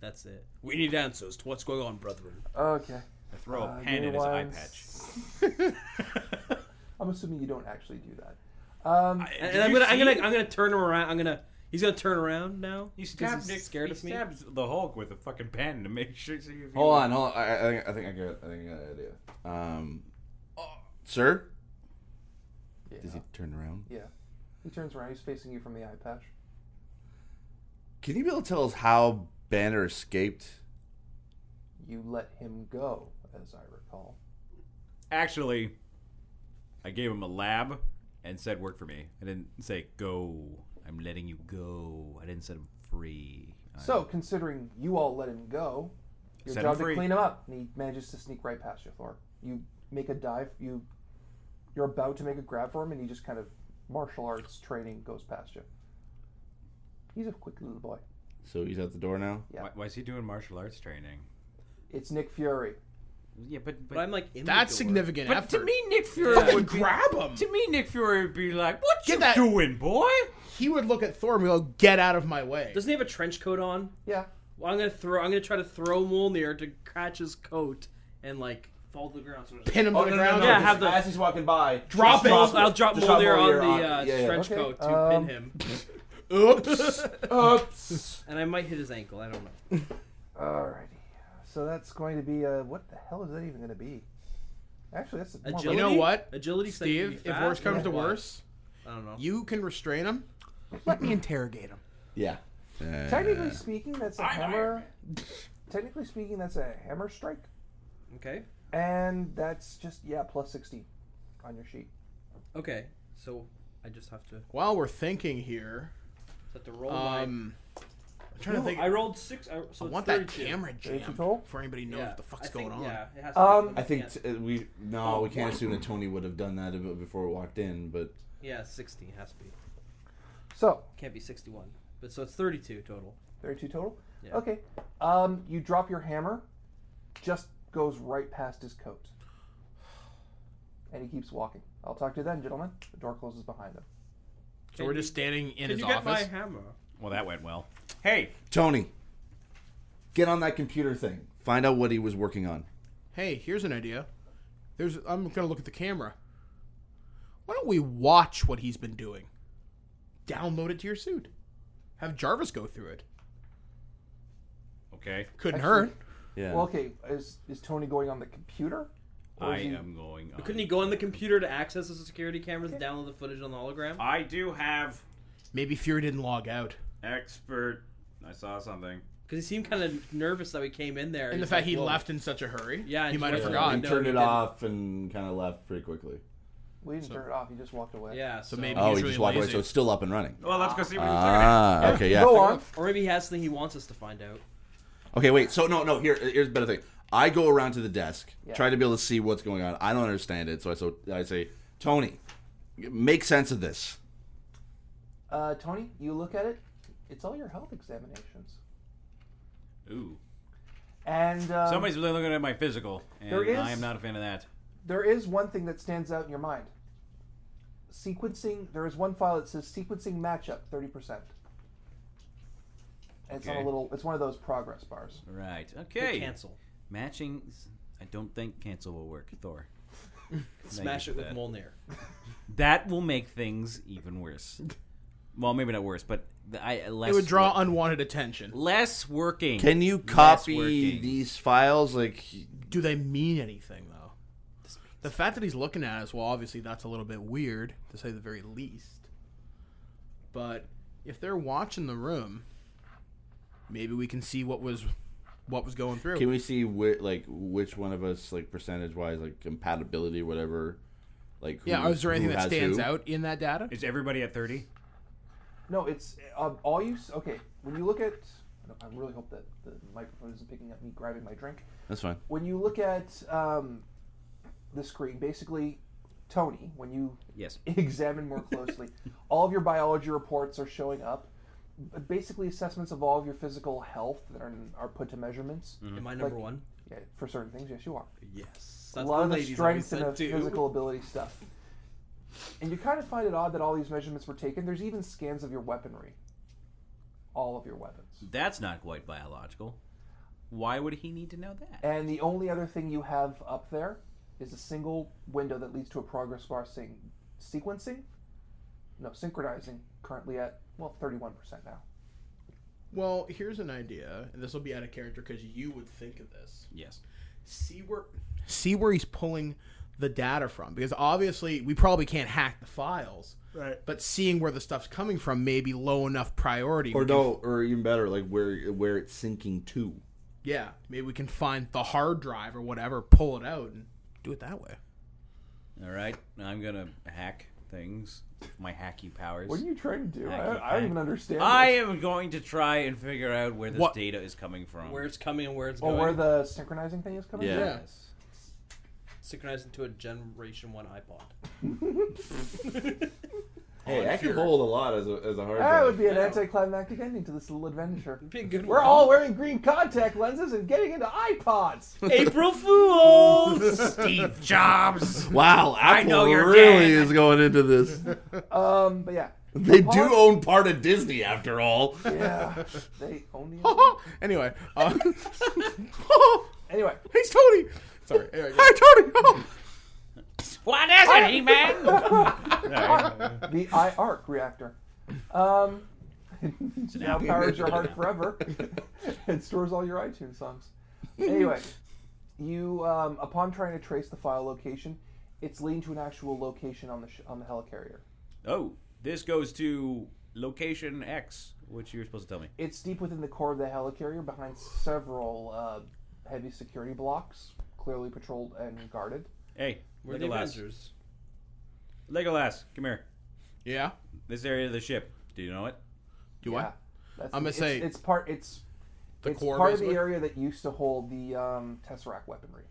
Speaker 6: That's it. We need answers to what's going on, brethren.
Speaker 3: Okay.
Speaker 5: I throw a
Speaker 3: Uh,
Speaker 5: pen
Speaker 3: give
Speaker 5: in
Speaker 3: me
Speaker 5: his eye
Speaker 3: one
Speaker 5: patch.
Speaker 3: I'm assuming you don't actually do that. Um,
Speaker 6: And,
Speaker 5: Did
Speaker 6: and I'm
Speaker 5: you
Speaker 6: gonna, I'm
Speaker 5: see
Speaker 6: gonna,
Speaker 5: it?
Speaker 6: I'm gonna turn him around. I'm gonna, he's gonna turn around now.
Speaker 5: He
Speaker 6: because
Speaker 5: stabbed
Speaker 6: he's
Speaker 5: Nick.
Speaker 6: scared
Speaker 5: he
Speaker 6: of me.
Speaker 5: stabs the Hulk with a fucking pen to make sure. See if he
Speaker 2: hold
Speaker 5: was-
Speaker 2: on, hold on. I, I think I think I got I think I got an idea. Um, sir,
Speaker 3: yeah.
Speaker 2: does he turn around?
Speaker 3: yeah. He turns around. He's facing you from the eye patch.
Speaker 2: Can you be able to tell us how Banner escaped?
Speaker 3: You let him go, as I recall.
Speaker 5: Actually, I gave him a lab and said work for me. I didn't say go. I'm letting you go. I didn't set him free. Uh,
Speaker 3: So, considering you all let him go, your
Speaker 5: Set him
Speaker 3: job to
Speaker 5: free.
Speaker 3: clean him up, and he manages to sneak right past you, Thor. You make a dive. You, you're about to make a grab for him, and he just kind of martial arts training goes past you. He's a quick little boy.
Speaker 2: So he's out the door now.
Speaker 5: Why, why is he doing martial arts training?
Speaker 3: It's Nick Fury.
Speaker 5: Yeah, but but,
Speaker 6: But I'm like, in the
Speaker 4: That's
Speaker 6: door.
Speaker 4: significant
Speaker 5: but
Speaker 4: effort.
Speaker 5: to me, Nick Fury
Speaker 4: fucking
Speaker 5: would be,
Speaker 4: grab him.
Speaker 5: To me, Nick Fury would be like, "What
Speaker 4: Get
Speaker 5: you
Speaker 4: that-
Speaker 5: doing, boy?"
Speaker 4: he would look at Thor and go, "Get out of my way."
Speaker 6: Doesn't he have a trench coat on?
Speaker 3: Yeah.
Speaker 6: Well, I'm gonna throw. I'm gonna try to throw Mjolnir to catch his coat and like fall to the ground. So
Speaker 4: Pin him to the ground.
Speaker 6: no,
Speaker 4: I'll
Speaker 6: no. have the-
Speaker 7: as he's walking by.
Speaker 6: drop
Speaker 7: just
Speaker 6: it.
Speaker 7: drop
Speaker 6: I'll drop
Speaker 7: Just
Speaker 6: Mulder on
Speaker 7: Mulder
Speaker 6: the uh,
Speaker 7: on- yeah, yeah.
Speaker 6: trench
Speaker 3: Okay,
Speaker 6: coat to
Speaker 3: um,
Speaker 6: pin him,
Speaker 4: just- Oops.
Speaker 7: Oops.
Speaker 6: and I might hit his ankle. I don't know.
Speaker 3: Alrighty. So that's going to be uh what the hell is that even going to be? Actually, that's
Speaker 5: Uh,
Speaker 3: more
Speaker 6: Agility.
Speaker 4: You know what,
Speaker 6: Agility.
Speaker 4: Steve, if worse comes to worse,
Speaker 6: I don't know.
Speaker 4: you can restrain him. Let me interrogate him.
Speaker 7: Yeah.
Speaker 3: Technically speaking, that's a hammer. Technically speaking, that's a hammer strike,
Speaker 6: Okay.
Speaker 3: and that's just yeah plus sixteen on your sheet.
Speaker 6: Okay. So I just have to
Speaker 4: While we're thinking here,
Speaker 6: have to roll
Speaker 4: um, I'm trying to
Speaker 6: my.
Speaker 4: think.
Speaker 6: Oh I rolled six. I, so
Speaker 4: I
Speaker 6: it's
Speaker 4: want that
Speaker 6: 32.
Speaker 4: camera
Speaker 3: Thirty-two
Speaker 4: jam
Speaker 3: total?
Speaker 4: for anybody knows
Speaker 6: Yeah,
Speaker 4: what the fuck's
Speaker 6: I think-
Speaker 4: going on.
Speaker 6: Yeah, it has to
Speaker 3: Um,
Speaker 6: be
Speaker 2: I think
Speaker 6: yeah,
Speaker 2: t- uh, we no, we
Speaker 7: Oh.
Speaker 2: can't assume that Tony would have done that ab- before we walked in, but
Speaker 6: yeah, sixteen has to be.
Speaker 3: So
Speaker 6: Can't be sixty-one. But so it's thirty-two total.
Speaker 3: thirty-two total.
Speaker 6: Yeah.
Speaker 3: Okay. Um, you drop your hammer, just goes right past his coat, and he keeps walking. I'll talk to you then, gentlemen. The door closes behind him.
Speaker 4: So we're just standing in
Speaker 6: Did
Speaker 4: his
Speaker 6: you get my
Speaker 4: office.
Speaker 6: hammer?
Speaker 5: Well, that went well. Hey,
Speaker 2: Tony, get on that computer thing. Find out what he was working on.
Speaker 4: Hey, here's an idea. There's. I'm gonna look at the camera. Why don't we watch what he's been doing? Download it to your suit. Have Jarvis go through it.
Speaker 5: okay,
Speaker 4: Couldn't
Speaker 3: Actually-
Speaker 4: hurt.
Speaker 2: Yeah.
Speaker 3: Well, okay. Is is Tony going on the computer? Or
Speaker 5: I
Speaker 3: is he-
Speaker 5: am going. On.
Speaker 6: Couldn't he go on the computer to access the security cameras and download the footage on the hologram?
Speaker 5: I do have
Speaker 4: Maybe Fury didn't log out.
Speaker 5: expert. I saw something.
Speaker 6: Because he seemed kind of nervous that we came in there.
Speaker 4: And the
Speaker 6: He's
Speaker 4: fact
Speaker 6: like,
Speaker 4: he
Speaker 6: "Whoa."
Speaker 4: left in such a hurry.
Speaker 6: Yeah,
Speaker 4: he
Speaker 6: he
Speaker 4: might have
Speaker 6: went-
Speaker 4: forgotten.
Speaker 2: he turned
Speaker 6: he
Speaker 2: it
Speaker 6: didn't.
Speaker 2: off and kind of left pretty quickly.
Speaker 3: We didn't turn it off. He just walked away.
Speaker 6: Yeah. So,
Speaker 4: maybe-
Speaker 2: Oh,
Speaker 4: He's
Speaker 2: he
Speaker 4: really
Speaker 2: just walked away,
Speaker 4: lazy.
Speaker 2: so it's still up and running.
Speaker 6: Oh,
Speaker 5: Well, let's go see what he was looking at.
Speaker 2: Ah, okay, yeah.
Speaker 3: Go on.
Speaker 6: Or maybe he has something he wants us to find out.
Speaker 2: Okay, wait. So no, no. Here, here's a better thing. I go around to the desk,
Speaker 3: Yeah.
Speaker 2: try to be able to see what's going on. I don't understand it, so I so I say, Tony, make sense of this.
Speaker 3: Uh, Tony, you look at it. It's all your health examinations.
Speaker 5: Ooh,
Speaker 3: And um,
Speaker 5: somebody's really looking at my physical, and
Speaker 3: There is-
Speaker 5: I am not a fan of that.
Speaker 3: there is one thing that stands out in your mind. Sequencing. There is one file that says sequencing matchup thirty percent. And It's on a
Speaker 5: Okay.
Speaker 3: little. It's one of those progress bars.
Speaker 5: Right.
Speaker 6: Or
Speaker 5: Okay.
Speaker 6: Cancel.
Speaker 5: Matching. I don't think cancel will work, Thor.
Speaker 6: Smash
Speaker 5: you
Speaker 6: it
Speaker 5: for
Speaker 6: with
Speaker 5: that.
Speaker 6: Molnir.
Speaker 5: That will make things even worse. Well, maybe not worse, but th- I less.
Speaker 4: It would draw
Speaker 5: wor-
Speaker 4: unwanted attention.
Speaker 5: less working.
Speaker 2: Can you
Speaker 5: Less
Speaker 2: copy
Speaker 5: working.
Speaker 2: these files? Like,
Speaker 4: Do they mean anything though? The fact that he's looking at us, well, obviously that's a little bit weird to say the very least. But if they're watching the room, maybe we can see what was what was going through.
Speaker 2: can we see whi like which one of us, like percentage wise, like compatibility, whatever? Like, who,
Speaker 4: yeah, is there anything
Speaker 2: who
Speaker 4: that
Speaker 2: has
Speaker 4: stands
Speaker 2: who?
Speaker 4: out in that data?
Speaker 5: Is everybody at thirty?
Speaker 3: No, it's um, all you. s- Okay, when you look at. I really hope that the microphone isn't picking up me grabbing my drink.
Speaker 2: That's fine.
Speaker 3: When you look at um, the screen, basically, Tony, when you
Speaker 5: Yes.
Speaker 3: examine more closely. all of your biology reports are showing up. B- Basically, assessments of all of your physical health that are, are put to measurements.
Speaker 6: Am I number
Speaker 3: Like-
Speaker 6: one?
Speaker 3: Yeah, for certain things, yes, you are.
Speaker 6: Yes.
Speaker 3: a
Speaker 6: Mm-hmm.
Speaker 3: lot
Speaker 6: That's what
Speaker 3: of the
Speaker 6: ladies always
Speaker 3: strength and
Speaker 6: said
Speaker 3: the
Speaker 6: too.
Speaker 3: physical ability stuff. And you kind of find it odd that all these measurements were taken. There's even scans of your weaponry, all of your weapons.
Speaker 5: That's not quite biological. Why would he need to know that?
Speaker 3: And the only other thing you have up there is a single window that leads to a progress bar saying sequencing, no, synchronizing, currently at, well, 31% now.
Speaker 4: Well, here's an idea, and this will be out of character because you would think of this.
Speaker 5: Yes.
Speaker 4: see where see where he's pulling the data from because obviously we probably can't hack the files right but seeing where the stuff's coming from may be low enough priority
Speaker 2: Or
Speaker 4: We can-
Speaker 2: no, or even better, like where where it's sinking to.
Speaker 4: yeah maybe we can find the hard drive or whatever pull it out and do it that way
Speaker 5: All right. I'm gonna hack things. with My hacky powers.
Speaker 3: What are you trying to do?
Speaker 5: I
Speaker 3: I,
Speaker 5: can't-
Speaker 3: I don't even understand.
Speaker 5: I
Speaker 3: this.
Speaker 5: am going to try and figure out where this
Speaker 4: What-
Speaker 5: data is coming from.
Speaker 6: Where it's coming and where it's
Speaker 3: Or
Speaker 6: going.
Speaker 3: where the synchronizing thing is coming
Speaker 2: Yeah.
Speaker 3: from?
Speaker 5: Yes.
Speaker 6: Synchronized into a Generation 1 iPod.
Speaker 2: Hey,
Speaker 4: on
Speaker 2: I can
Speaker 4: Fury.
Speaker 2: hold a lot as a, as a hard
Speaker 3: That
Speaker 2: drive.
Speaker 3: would be an anticlimactic ending to this little adventure.
Speaker 6: Be a good
Speaker 3: We're all wearing green contact lenses and getting into iPods.
Speaker 6: April Fools.
Speaker 5: Steve Jobs.
Speaker 2: Wow, Apple
Speaker 5: know you're
Speaker 2: really
Speaker 5: dead.
Speaker 2: is going into this.
Speaker 3: Um, but yeah,
Speaker 2: They do
Speaker 3: Apart-
Speaker 2: own part of Disney, after all.
Speaker 3: yeah, they own the.
Speaker 4: Oh, anyway, uh,
Speaker 3: Anyway,
Speaker 4: he's Tony. Sorry. Anyway, Hi, Tony. Oh.
Speaker 5: what is it, He Man?
Speaker 3: the IARC reactor. Um, now powers your heart forever and stores all your iTunes songs. Anyway, you um, upon trying to trace the file location, it's leading to an actual location on the sh- on the helicarrier.
Speaker 5: Oh, this goes to location X, which you were supposed to tell me.
Speaker 3: It's deep within the core of the helicarrier, behind several uh, heavy security blocks, clearly patrolled and guarded.
Speaker 5: Hey,
Speaker 6: We're the
Speaker 5: Legolas.
Speaker 6: Avengers.
Speaker 5: Legolas, come here.
Speaker 4: Yeah.
Speaker 5: This area of the ship. Do you know it?
Speaker 4: Do
Speaker 3: Yeah, that's
Speaker 4: I'm gonna
Speaker 3: it's,
Speaker 4: say-
Speaker 3: it's part. It's
Speaker 4: The
Speaker 3: it's
Speaker 4: core,
Speaker 3: part of
Speaker 4: basically?
Speaker 3: the area that used to hold the um, tesseract weaponry.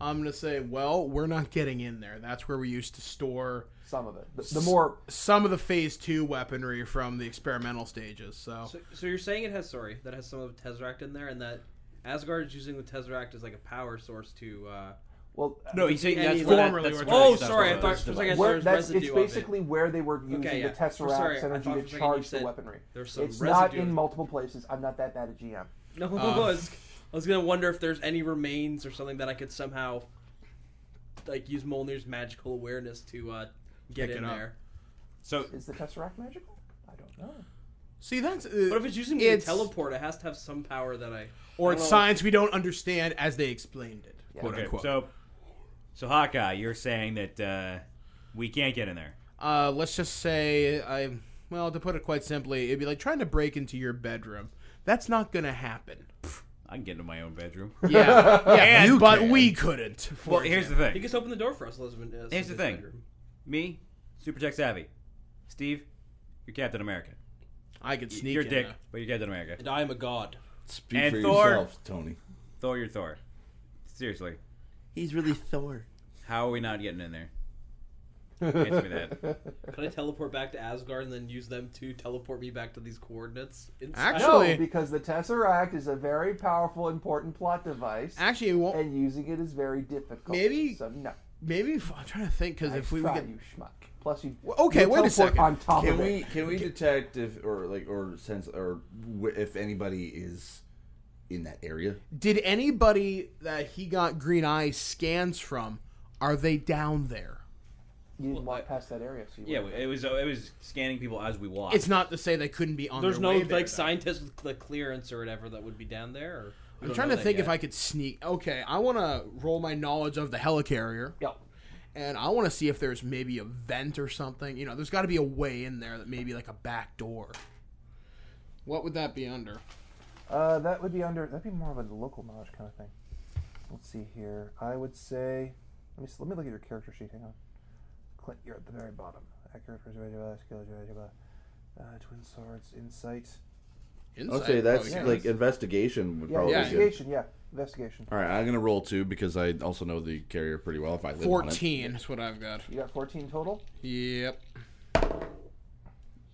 Speaker 4: I? I'm gonna say, well, we're not getting in there. That's where we used to store
Speaker 3: Some of it. The, the more
Speaker 4: some of the phase two weaponry from the experimental stages. So,
Speaker 6: So, so you're saying it has sorry that has some of the Tesseract in there, and that Asgard is using the Tesseract as like a power source to. Uh,
Speaker 3: well,
Speaker 5: No, he's saying
Speaker 6: Yeah,
Speaker 5: that's
Speaker 6: you
Speaker 5: where that-
Speaker 4: formerly
Speaker 5: that's
Speaker 4: were
Speaker 5: where
Speaker 6: Oh,
Speaker 5: that stuff
Speaker 6: sorry,
Speaker 5: was.
Speaker 6: I thought for a second I
Speaker 5: That's
Speaker 6: said-
Speaker 3: where-
Speaker 6: there's
Speaker 3: that's, it's
Speaker 6: residue of it.
Speaker 3: basically where they were using
Speaker 6: Okay, yeah.
Speaker 3: the
Speaker 6: I'm sorry,
Speaker 3: tesseract's
Speaker 6: I
Speaker 3: energy to
Speaker 6: thought for a second you
Speaker 3: charge the
Speaker 6: said
Speaker 3: weaponry.
Speaker 6: there's some
Speaker 3: It's not
Speaker 6: residue.
Speaker 3: in multiple places. I'm not that bad at GM.
Speaker 6: no,
Speaker 4: Um,
Speaker 6: I, was, I was gonna wonder if there's any remains or something that I could somehow, like, use Mjolnir's magical awareness to uh, get
Speaker 4: Pick
Speaker 6: in
Speaker 4: it up.
Speaker 6: there.
Speaker 5: So
Speaker 3: Is the tesseract magical? I don't know.
Speaker 4: see, that's uh,
Speaker 6: But if it's using me to
Speaker 4: it's-
Speaker 6: teleport, it has to have some power that I.
Speaker 4: or
Speaker 6: I
Speaker 4: it's
Speaker 6: don't know.
Speaker 4: science we don't understand as they explained it, quote
Speaker 5: okay,
Speaker 4: unquote.
Speaker 5: so so Hawkeye, you're saying that uh, we can't get in there.
Speaker 4: uh, let's just say, I well, to put it quite simply, it'd be like trying to break into your bedroom. That's not gonna happen.
Speaker 5: I can get into my own bedroom.
Speaker 4: Yeah, yeah,
Speaker 5: You
Speaker 4: but
Speaker 5: can.
Speaker 4: we couldn't. for
Speaker 5: well, here's the
Speaker 4: example.
Speaker 6: You
Speaker 5: thing.
Speaker 6: just open the door for us, Elizabeth. uh,
Speaker 5: Here's the
Speaker 6: Elizabeth's
Speaker 5: thing.
Speaker 6: bedroom.
Speaker 5: Me, super tech savvy. Steve, you're Captain America.
Speaker 4: I could sneak
Speaker 5: you're
Speaker 4: in.
Speaker 5: Dick,
Speaker 4: there.
Speaker 5: but you're Captain America.
Speaker 6: And I am a god.
Speaker 2: Speak
Speaker 5: And
Speaker 2: for
Speaker 5: Thor.
Speaker 2: yourself, Tony.
Speaker 5: Thor, you're Thor. Seriously,
Speaker 2: He's really Thor.
Speaker 5: how are we not getting in there? Answer me that.
Speaker 6: Can I teleport back to Asgard and then use them to teleport me back to these coordinates? inside?
Speaker 4: Actually-
Speaker 3: no, because the tesseract is a very powerful, important plot device,
Speaker 4: Actually, it won't,
Speaker 3: and using it is very difficult.
Speaker 4: Maybe-
Speaker 3: so. No,
Speaker 4: maybe if, I'm trying to think because if we would
Speaker 3: try
Speaker 4: get
Speaker 3: you schmuck. Plus, you
Speaker 4: okay,
Speaker 3: you
Speaker 4: wait a
Speaker 3: teleport
Speaker 4: second.
Speaker 3: On top
Speaker 2: Can
Speaker 3: of
Speaker 2: we
Speaker 3: it.
Speaker 2: can we detect if or like or sense or w- if anybody is in that area?
Speaker 4: Did anybody that he got green eye scans from, are they down there?
Speaker 3: You didn't walk past that area, so you
Speaker 5: Yeah,
Speaker 3: wouldn't
Speaker 5: it was it was scanning people as we walked.
Speaker 4: It's not to say they couldn't be on
Speaker 6: There's
Speaker 4: their
Speaker 6: no
Speaker 4: way
Speaker 6: like
Speaker 4: there, though.
Speaker 6: scientist with the clearance or whatever that would be down there. Or, we
Speaker 4: I'm
Speaker 6: don't
Speaker 4: trying
Speaker 6: know
Speaker 4: to
Speaker 6: that
Speaker 4: think if
Speaker 6: yet.
Speaker 4: I could sneak. Okay, I want to roll my knowledge of the helicarrier,
Speaker 3: know.
Speaker 4: and I want to see if there's maybe a vent or something. You know, there's got to be a way in there that maybe like a back door. What would that be under?
Speaker 3: Yeah. Uh, that would be under. That'd be more of a local knowledge kind of thing. Let's see here. I would say. Let me s- let me look at your character sheet. Hang on. Clint, you're at the very bottom. Accurate, reservoir, skill, uh, twin swords, insight.
Speaker 4: Inside. Oh,
Speaker 2: Okay, that's
Speaker 4: probably
Speaker 2: like
Speaker 4: counts.
Speaker 2: investigation would
Speaker 3: Yeah,
Speaker 2: probably be good.
Speaker 3: investigation. Yeah, investigation.
Speaker 2: All right, I'm gonna roll two because I also know the carrier pretty well. If I live on it.
Speaker 4: fourteen. That's what I've got.
Speaker 3: You got 14 total.
Speaker 4: Yep.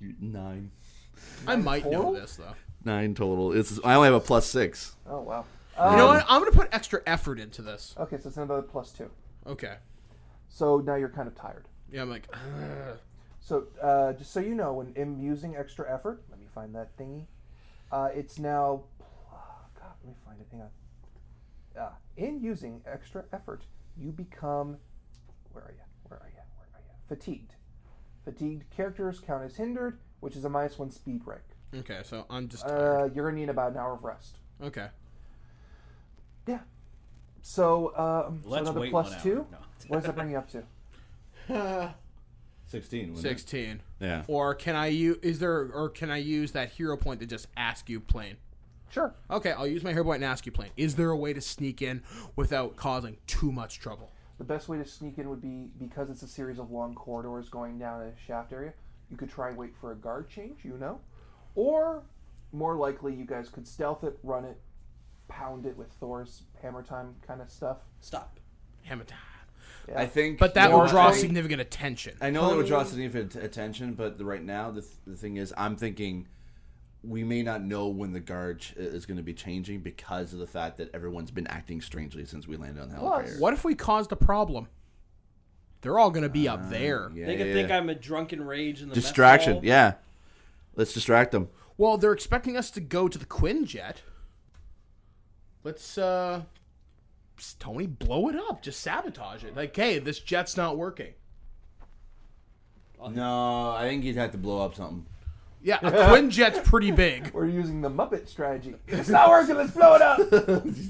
Speaker 2: You- nine,
Speaker 4: I might know
Speaker 3: total?
Speaker 4: this though.
Speaker 2: nine total. It's I only have a plus six.
Speaker 3: Oh wow.
Speaker 4: You
Speaker 3: Um,
Speaker 4: know what? I'm gonna put extra effort into this.
Speaker 3: Okay, so it's another plus two.
Speaker 4: Okay.
Speaker 3: So now you're kind of tired.
Speaker 4: Yeah, I'm like, "Ugh."
Speaker 3: So uh, just so you know, when I'm using extra effort, let me find that thingy. Uh, it's now. ah, God, let me find it. Hang on. Uh, in using extra effort, you become. Where are you? Where are you? Where are you? Fatigued. Fatigued characters count as hindered, which is a minus one speed break.
Speaker 4: okay. So I'm just
Speaker 3: Uh, you're gonna need about an hour of rest.
Speaker 4: okay.
Speaker 3: Yeah. So, um, so
Speaker 5: Let's
Speaker 3: another
Speaker 5: wait
Speaker 3: plus
Speaker 5: one hour.
Speaker 3: two.
Speaker 5: No.
Speaker 3: What does that bring you up to?
Speaker 2: Sixteen. wasn't it?
Speaker 4: Sixteen.
Speaker 2: Yeah.
Speaker 4: Or can I use? Is there? Or can I use that hero point to just ask you plain?
Speaker 3: Sure.
Speaker 4: Okay, I'll use my hero point and ask you plain. Is there a way to sneak in without causing too much trouble?
Speaker 3: The best way to sneak in would be because it's a series of long corridors going down a shaft area. You could try and wait for a guard change, you know, or more likely, you guys could stealth it, run it, pound it with Thor's hammer time kind of stuff.
Speaker 6: stop.
Speaker 4: Hammer time.
Speaker 2: I think,
Speaker 4: But that
Speaker 2: you know,
Speaker 4: will draw
Speaker 2: I-
Speaker 4: significant attention.
Speaker 2: I know that would draw significant attention, but the, right now, the, th- the thing is, I'm thinking we may not know when the guard ch- is going to be changing because of the fact that everyone's been acting strangely since we landed on Hellfire.
Speaker 4: What if we caused a problem? They're all going to be
Speaker 3: Uh,
Speaker 4: up there.
Speaker 2: Yeah,
Speaker 6: They could
Speaker 2: yeah,
Speaker 6: think
Speaker 2: yeah.
Speaker 6: I'm a drunken rage in the mess
Speaker 2: distraction.
Speaker 6: hall.
Speaker 2: Yeah, let's distract them.
Speaker 4: Well, they're expecting us to go to the Quinjet. Let's uh s- Tony blow it up, just sabotage it. Like, hey, this jet's not working.
Speaker 6: Oh.
Speaker 2: No, I think you'd have to blow up something.
Speaker 4: Yeah, a Quinjet's pretty big.
Speaker 3: We're using the Muppet strategy. It's not working. Let's blow it up.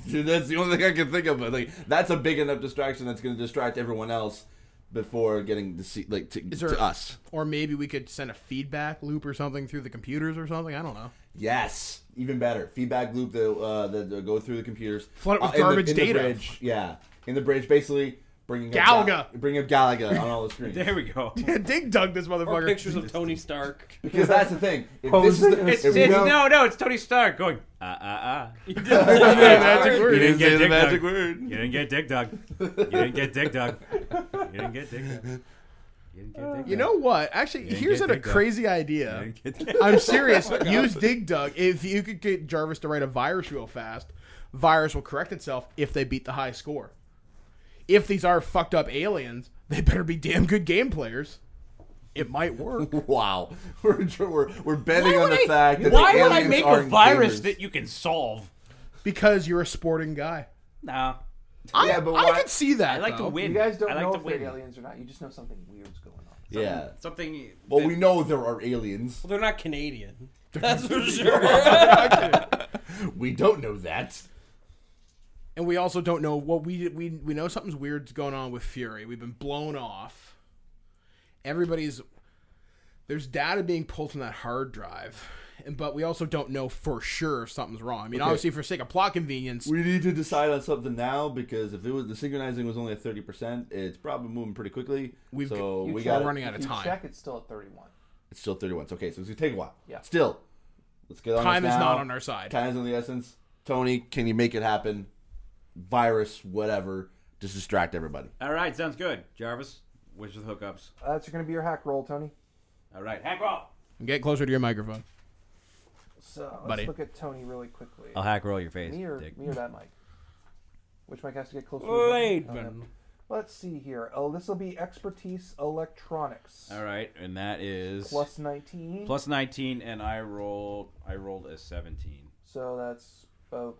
Speaker 2: Dude, that's the only thing I can think of. But like, that's a big enough distraction that's going to distract everyone else before getting to see like to,
Speaker 4: Is there-
Speaker 2: to us.
Speaker 4: Or maybe we could send a feedback loop or something through the computers or something. I don't know.
Speaker 2: Yes, even better. Feedback loop that uh, that that go through the computers.
Speaker 4: Flood it with
Speaker 2: Uh, in the-
Speaker 4: garbage
Speaker 2: in the
Speaker 4: data.
Speaker 2: bridge, yeah, in the bridge, basically bringing Up Gal-
Speaker 4: Galaga.
Speaker 2: bring up Galaga on all the screens.
Speaker 5: There we go.
Speaker 4: Dig dug this
Speaker 6: Or
Speaker 4: motherfucker.
Speaker 6: pictures of Tony Stark.
Speaker 2: because that's the thing. If this is the,
Speaker 5: It's,
Speaker 2: if we
Speaker 5: it's,
Speaker 2: don't-
Speaker 5: no, no, it's Tony Stark going, ah, ah, ah. You
Speaker 4: magic word.
Speaker 5: didn't
Speaker 2: say
Speaker 5: get
Speaker 2: the
Speaker 5: dick
Speaker 2: magic
Speaker 5: dug.
Speaker 2: word.
Speaker 5: You didn't get dick dug. You didn't get dick dug. You didn't get dick dug. You didn't get dick
Speaker 4: You know what? Actually,
Speaker 5: didn't
Speaker 4: here's
Speaker 5: get
Speaker 4: a
Speaker 5: Dig Dug.
Speaker 4: crazy
Speaker 5: dug. You
Speaker 4: idea.
Speaker 5: didn't get dick dug.
Speaker 4: I'm serious.
Speaker 5: Oh
Speaker 4: Use Dig Dug. If you could get Jarvis to write a virus real fast, virus will correct itself if they beat the high score. If these are fucked up aliens, they better be damn good game players. It might work.
Speaker 2: Wow, we're we're, we're betting on
Speaker 5: would
Speaker 2: the
Speaker 5: I-
Speaker 2: fact that
Speaker 5: Why
Speaker 2: the
Speaker 5: would I
Speaker 2: aliens
Speaker 5: make a
Speaker 2: aren't
Speaker 5: virus
Speaker 2: gamers.
Speaker 5: that you can solve?
Speaker 4: because you're a sporting guy.
Speaker 5: Nah.
Speaker 4: I,
Speaker 2: Yeah, but
Speaker 4: I
Speaker 2: why-
Speaker 4: could see that.
Speaker 5: I like
Speaker 4: though.
Speaker 5: to win.
Speaker 3: You guys don't
Speaker 5: I like
Speaker 3: know
Speaker 5: to
Speaker 3: if they're
Speaker 5: win.
Speaker 3: aliens or not. You just know something weird's going on.
Speaker 2: Yeah.
Speaker 5: Something.
Speaker 2: Well, we know there are aliens.
Speaker 6: Well, they're not Canadian. That's for sure.
Speaker 2: We don't know that.
Speaker 4: And we also don't know what we we we know something's weird's going on with Fury. We've been blown off. Everybody's there's data being pulled from that hard drive, and but we also don't know for sure if something's wrong. I mean, obviously, for sake of plot convenience,
Speaker 2: We need to decide on something now because if it was the synchronizing was only at thirty percent, it's probably moving pretty quickly.
Speaker 4: We've-
Speaker 2: so
Speaker 3: You
Speaker 2: we
Speaker 3: check-
Speaker 2: got
Speaker 4: We're running out of
Speaker 3: you
Speaker 4: time.
Speaker 3: Check. It's still at 31.
Speaker 2: It's still thirty one. Okay, so it's gonna take a while.
Speaker 3: Yeah.
Speaker 2: Still, let's get on.
Speaker 4: time
Speaker 2: this
Speaker 4: is
Speaker 2: now.
Speaker 4: not on our side.
Speaker 2: Time is on the essence. Tony, can you make it happen? Virus, whatever, just distract everybody.
Speaker 5: All right, sounds good. Jarvis, which of the hookups?
Speaker 3: Uh, that's going to be your hack roll, Tony.
Speaker 5: All right, hack roll.
Speaker 4: Get closer to your microphone.
Speaker 3: So let's
Speaker 4: Buddy.
Speaker 3: look at Tony really quickly.
Speaker 5: I'll hack roll your face.
Speaker 3: me, or,
Speaker 5: dick.
Speaker 3: me or that mic? Which mic has to get closer? to the mic?
Speaker 6: Laidman.
Speaker 3: Um, let's see here. Oh, this will be expertise electronics.
Speaker 5: All right, and that is
Speaker 3: Plus 19.
Speaker 5: plus 19, and I rolled. I rolled a 17.
Speaker 3: So that's about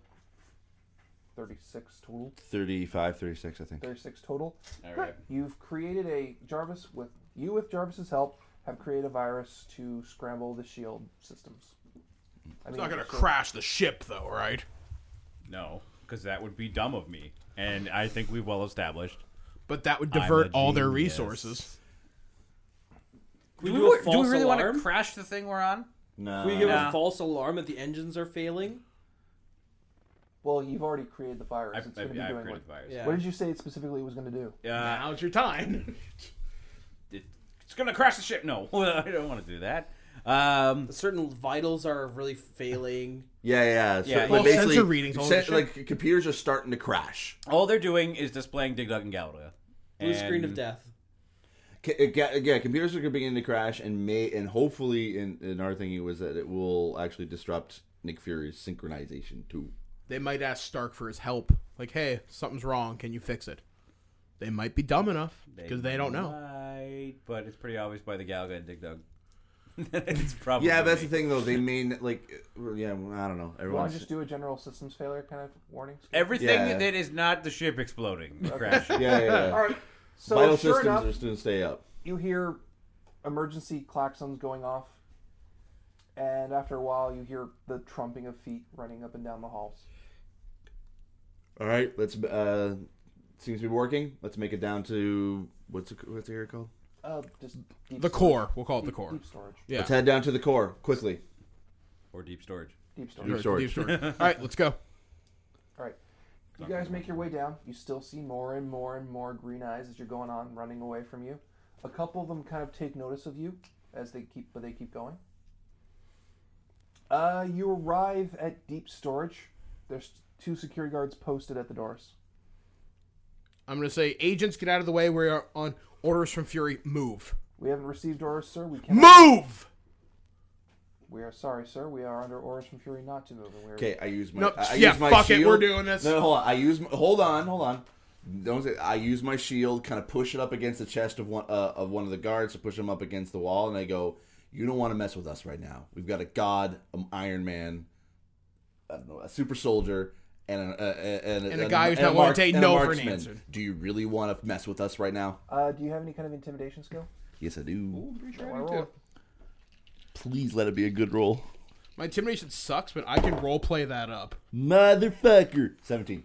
Speaker 3: 36 total.
Speaker 2: 35, 36, I think.
Speaker 3: 36 total.
Speaker 5: All right.
Speaker 3: You've created a Jarvis with you with Jarvis's help have created a virus to scramble the shield systems. I mean,
Speaker 4: It's not gonna
Speaker 3: so-
Speaker 4: crash the ship, though, right?
Speaker 5: No, because that would be dumb of me, and I think we've well established.
Speaker 4: But that would
Speaker 5: I'm a
Speaker 4: divert all their
Speaker 5: genius.
Speaker 4: resources.
Speaker 6: Can we do a false
Speaker 5: wanna
Speaker 6: alarm?
Speaker 5: crash the thing we're on?
Speaker 2: No.
Speaker 6: Can we give
Speaker 5: Nah.
Speaker 6: a false alarm that the engines are failing?
Speaker 3: Well, you've already created the virus.
Speaker 5: I, I,
Speaker 3: it's
Speaker 5: I,
Speaker 3: going to be
Speaker 5: I've
Speaker 3: doing
Speaker 5: created
Speaker 3: what,
Speaker 5: the virus.
Speaker 6: Yeah.
Speaker 3: what did you say it specifically was going to do?
Speaker 5: Uh,
Speaker 4: Now's your time.
Speaker 5: it- it's gonna crash the ship. No, I don't want to do that. Um,
Speaker 6: Certain vitals are really failing.
Speaker 2: Yeah, yeah. So,
Speaker 5: Yeah,
Speaker 2: like,
Speaker 5: well,
Speaker 2: basically,
Speaker 4: sensor readings, all
Speaker 2: sen-
Speaker 4: this shit.
Speaker 2: like computers are starting to crash.
Speaker 5: all they're doing is displaying Dig Dug and Galaga.
Speaker 6: Blue screen of
Speaker 5: And-
Speaker 6: death.
Speaker 2: C- it ga- yeah, computers are beginning to crash, and may and hopefully, in, in our thinking was that it will actually disrupt Nick Fury's synchronization too.
Speaker 4: They might ask Stark for his help. Like, hey, something's wrong. Can you fix it? They might be dumb enough because they don't know.
Speaker 5: might, but it's pretty obvious by the Galaga and Dig Dug. it's probably
Speaker 2: Yeah, but that's the
Speaker 5: me.
Speaker 2: thing though. They mean like, uh, yeah, well, I don't
Speaker 3: You
Speaker 2: know.
Speaker 3: want
Speaker 2: Everyone's
Speaker 3: to just do a general systems failure kind of warning? scheme?
Speaker 5: Everything
Speaker 2: Yeah.
Speaker 5: that is not the ship exploding crashing.
Speaker 2: yeah, yeah. yeah.
Speaker 3: All right. So
Speaker 2: Vital
Speaker 3: sure
Speaker 2: systems
Speaker 3: enough,
Speaker 2: are still stay up.
Speaker 3: you hear emergency klaxons going off, and after a while, you hear the trumping of feet running up and down the halls.
Speaker 2: All right, let's. uh Seems to be working. Let's make it down to what's the, what's the area called?
Speaker 3: Uh, just deep
Speaker 4: The
Speaker 3: storage.
Speaker 4: core. We'll call it the
Speaker 3: Deep-
Speaker 4: core.
Speaker 3: Deep storage.
Speaker 4: Yeah.
Speaker 2: Let's head down to the core quickly.
Speaker 5: or deep storage.
Speaker 3: Deep storage.
Speaker 2: Deep storage.
Speaker 4: All right, let's go.
Speaker 3: All right. You guys make your way down. You still see more and more and more green eyes as you're going on, running away from you. A couple of them kind of take notice of you as they keep, but they keep going. Uh, you arrive at deep storage. There's two security guards posted at the doors.
Speaker 4: I'm going to say, agents, get out of the way. We are on orders from Fury. Move.
Speaker 3: We haven't received orders, sir. We cannot.
Speaker 4: Move!
Speaker 3: We are sorry, sir. We are under orders from Fury not to move. and we are-
Speaker 2: Okay, I use my.
Speaker 4: Nope,
Speaker 2: I, I
Speaker 4: yeah,
Speaker 2: use my
Speaker 4: fuck it,
Speaker 2: shield.
Speaker 4: we're doing this.
Speaker 2: No, hold on. I use. my- Hold on. Hold on. Don't say, I use my shield, kind of push it up against the chest of one uh, of one of the guards to push him up against the wall, and I go, "You don't want to mess with us right now. We've got a god, an Iron Man, I don't know, a super soldier, and a, a, a, and,
Speaker 4: And a guy who's not willing
Speaker 2: mark-
Speaker 4: to take
Speaker 2: and a
Speaker 4: no for an
Speaker 2: marksman.
Speaker 4: answer.
Speaker 2: Do you really want to mess with us right now?
Speaker 3: Uh, do you have any kind of intimidation skill?
Speaker 2: Yes, I do.
Speaker 3: I roll it.
Speaker 2: Please let it be a good roll,
Speaker 4: My intimidation sucks, but I can role play that up.
Speaker 2: motherfucker. Seventeen.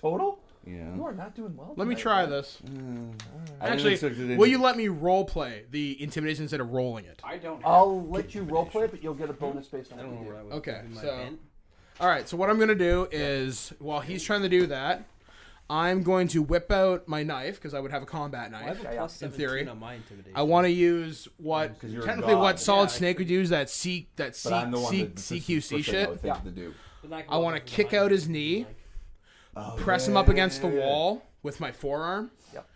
Speaker 3: Total?
Speaker 2: Yeah.
Speaker 3: You are not doing well.
Speaker 4: Let me
Speaker 3: tonight,
Speaker 4: try
Speaker 3: man.
Speaker 4: this.
Speaker 2: I didn't expect it
Speaker 4: Actually,
Speaker 2: in-
Speaker 4: will you let me role play the intimidation instead of rolling it?
Speaker 5: I don't. Have
Speaker 3: I'll let you roleplay it, but you'll get a bonus based on
Speaker 6: Mm-hmm. I
Speaker 3: what
Speaker 6: don't know
Speaker 3: you
Speaker 6: where
Speaker 3: do.
Speaker 6: that was.
Speaker 4: Okay,
Speaker 6: in my
Speaker 4: so-
Speaker 6: hand.
Speaker 4: All right, so what I'm going to do is while he's trying to do that, I'm going to whip out my knife because I would have a combat
Speaker 6: I have
Speaker 4: knife.
Speaker 6: a plus
Speaker 4: In
Speaker 6: 17
Speaker 4: theory.
Speaker 6: on my intimidation.
Speaker 4: I want to use what
Speaker 2: you're a
Speaker 4: technically what
Speaker 2: god.
Speaker 4: Solid
Speaker 6: Yeah, I
Speaker 4: Snake would use that C that C,
Speaker 2: But I'm the one
Speaker 4: C,
Speaker 2: that- this is
Speaker 4: CQC
Speaker 2: the first thing I
Speaker 4: shit.
Speaker 2: would think
Speaker 3: Yeah.
Speaker 2: to do.
Speaker 6: But I, can
Speaker 4: I
Speaker 6: go
Speaker 4: wanna
Speaker 6: up with
Speaker 4: kick
Speaker 6: mine.
Speaker 4: out his knee.
Speaker 6: Like,
Speaker 4: Press him up against the wall with my forearm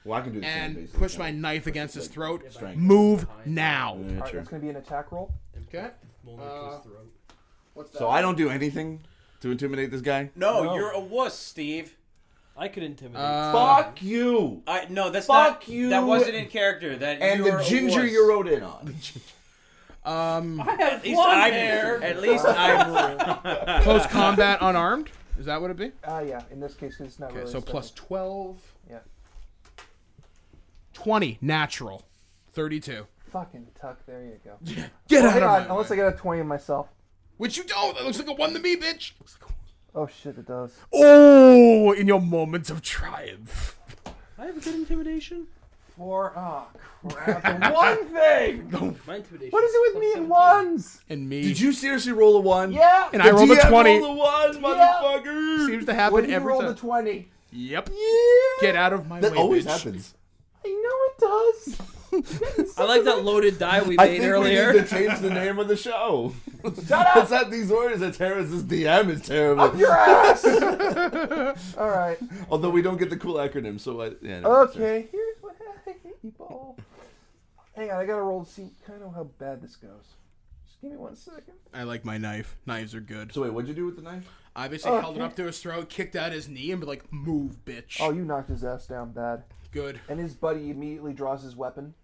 Speaker 2: Well, I can do the same,
Speaker 4: and
Speaker 2: basically.
Speaker 4: push
Speaker 2: Kinda
Speaker 4: my knife against his
Speaker 2: like
Speaker 4: throat.
Speaker 2: strength.
Speaker 4: Move now.
Speaker 2: Yeah,
Speaker 3: All right,
Speaker 2: sure.
Speaker 3: that's going to be an attack roll.
Speaker 4: Okay.
Speaker 6: Mulder to his throat.
Speaker 2: So I don't do anything to intimidate this guy.
Speaker 5: No, you're a wuss, Steve.
Speaker 6: I could intimidate.
Speaker 4: Uh,
Speaker 2: Fuck you
Speaker 5: I no, that's
Speaker 2: Fuck
Speaker 5: not.
Speaker 2: you.
Speaker 5: That wasn't in character. That
Speaker 2: and
Speaker 5: you're a
Speaker 2: the ginger
Speaker 5: wuss.
Speaker 2: you rode in on.
Speaker 5: At least I'm there. At least I'm.
Speaker 4: Close combat unarmed. Is that what it be?
Speaker 3: Ah, yeah. In this case, 'cause it's not
Speaker 4: Okay,
Speaker 3: really.
Speaker 4: so
Speaker 3: a study.
Speaker 4: plus 12,
Speaker 3: Yeah.
Speaker 4: 20 natural, 32.
Speaker 3: Fucking tuck. There you go.
Speaker 4: Get
Speaker 3: Hang
Speaker 4: out
Speaker 3: on,
Speaker 4: of my
Speaker 3: unless I
Speaker 4: way.
Speaker 3: get a 20 in myself.
Speaker 4: Which you don't. That looks like a one to me, bitch.
Speaker 3: Oh, shit, it does.
Speaker 4: Oh, in your moments of triumph.
Speaker 6: I have a good intimidation.
Speaker 3: Four. Oh, crap. The one thing!
Speaker 6: My intimidation.
Speaker 3: What is it with
Speaker 6: plus
Speaker 3: me and
Speaker 6: 17.
Speaker 3: ones?
Speaker 4: And me.
Speaker 2: Did you seriously roll a one?
Speaker 3: Yeah!
Speaker 4: And I
Speaker 2: The
Speaker 4: rolled a
Speaker 2: DM
Speaker 4: 20.
Speaker 2: rolled a one, motherfucker.
Speaker 4: Seems to
Speaker 3: When
Speaker 4: happen
Speaker 3: you
Speaker 4: every
Speaker 3: roll
Speaker 4: time.
Speaker 3: the 20.
Speaker 4: yep.
Speaker 2: Yeah.
Speaker 4: Get out of my
Speaker 2: That
Speaker 4: way.
Speaker 2: always
Speaker 4: bitch.
Speaker 2: happens.
Speaker 3: I know it does.
Speaker 6: I like that loaded die we
Speaker 2: I
Speaker 6: made
Speaker 2: think
Speaker 6: earlier.
Speaker 2: we need to change the name of the show.
Speaker 3: Shut up!
Speaker 2: It's not these orders that terrorists. This DM is
Speaker 3: Up
Speaker 2: terrible.
Speaker 3: your ass! All right.
Speaker 2: Although we don't get the cool acronym, so I. Yeah, no, sorry.
Speaker 3: Okay, here's what I people. Hang on, I gotta roll to see kind of how bad this goes. Just give me one second.
Speaker 4: I like my knife. Knives are good.
Speaker 2: So wait, what'd you do with the knife?
Speaker 4: I basically held it up to his throat, kicked out his knee, and be like, move, bitch.
Speaker 3: Oh, you knocked his ass down bad.
Speaker 4: Good.
Speaker 3: And his buddy immediately draws his weapon.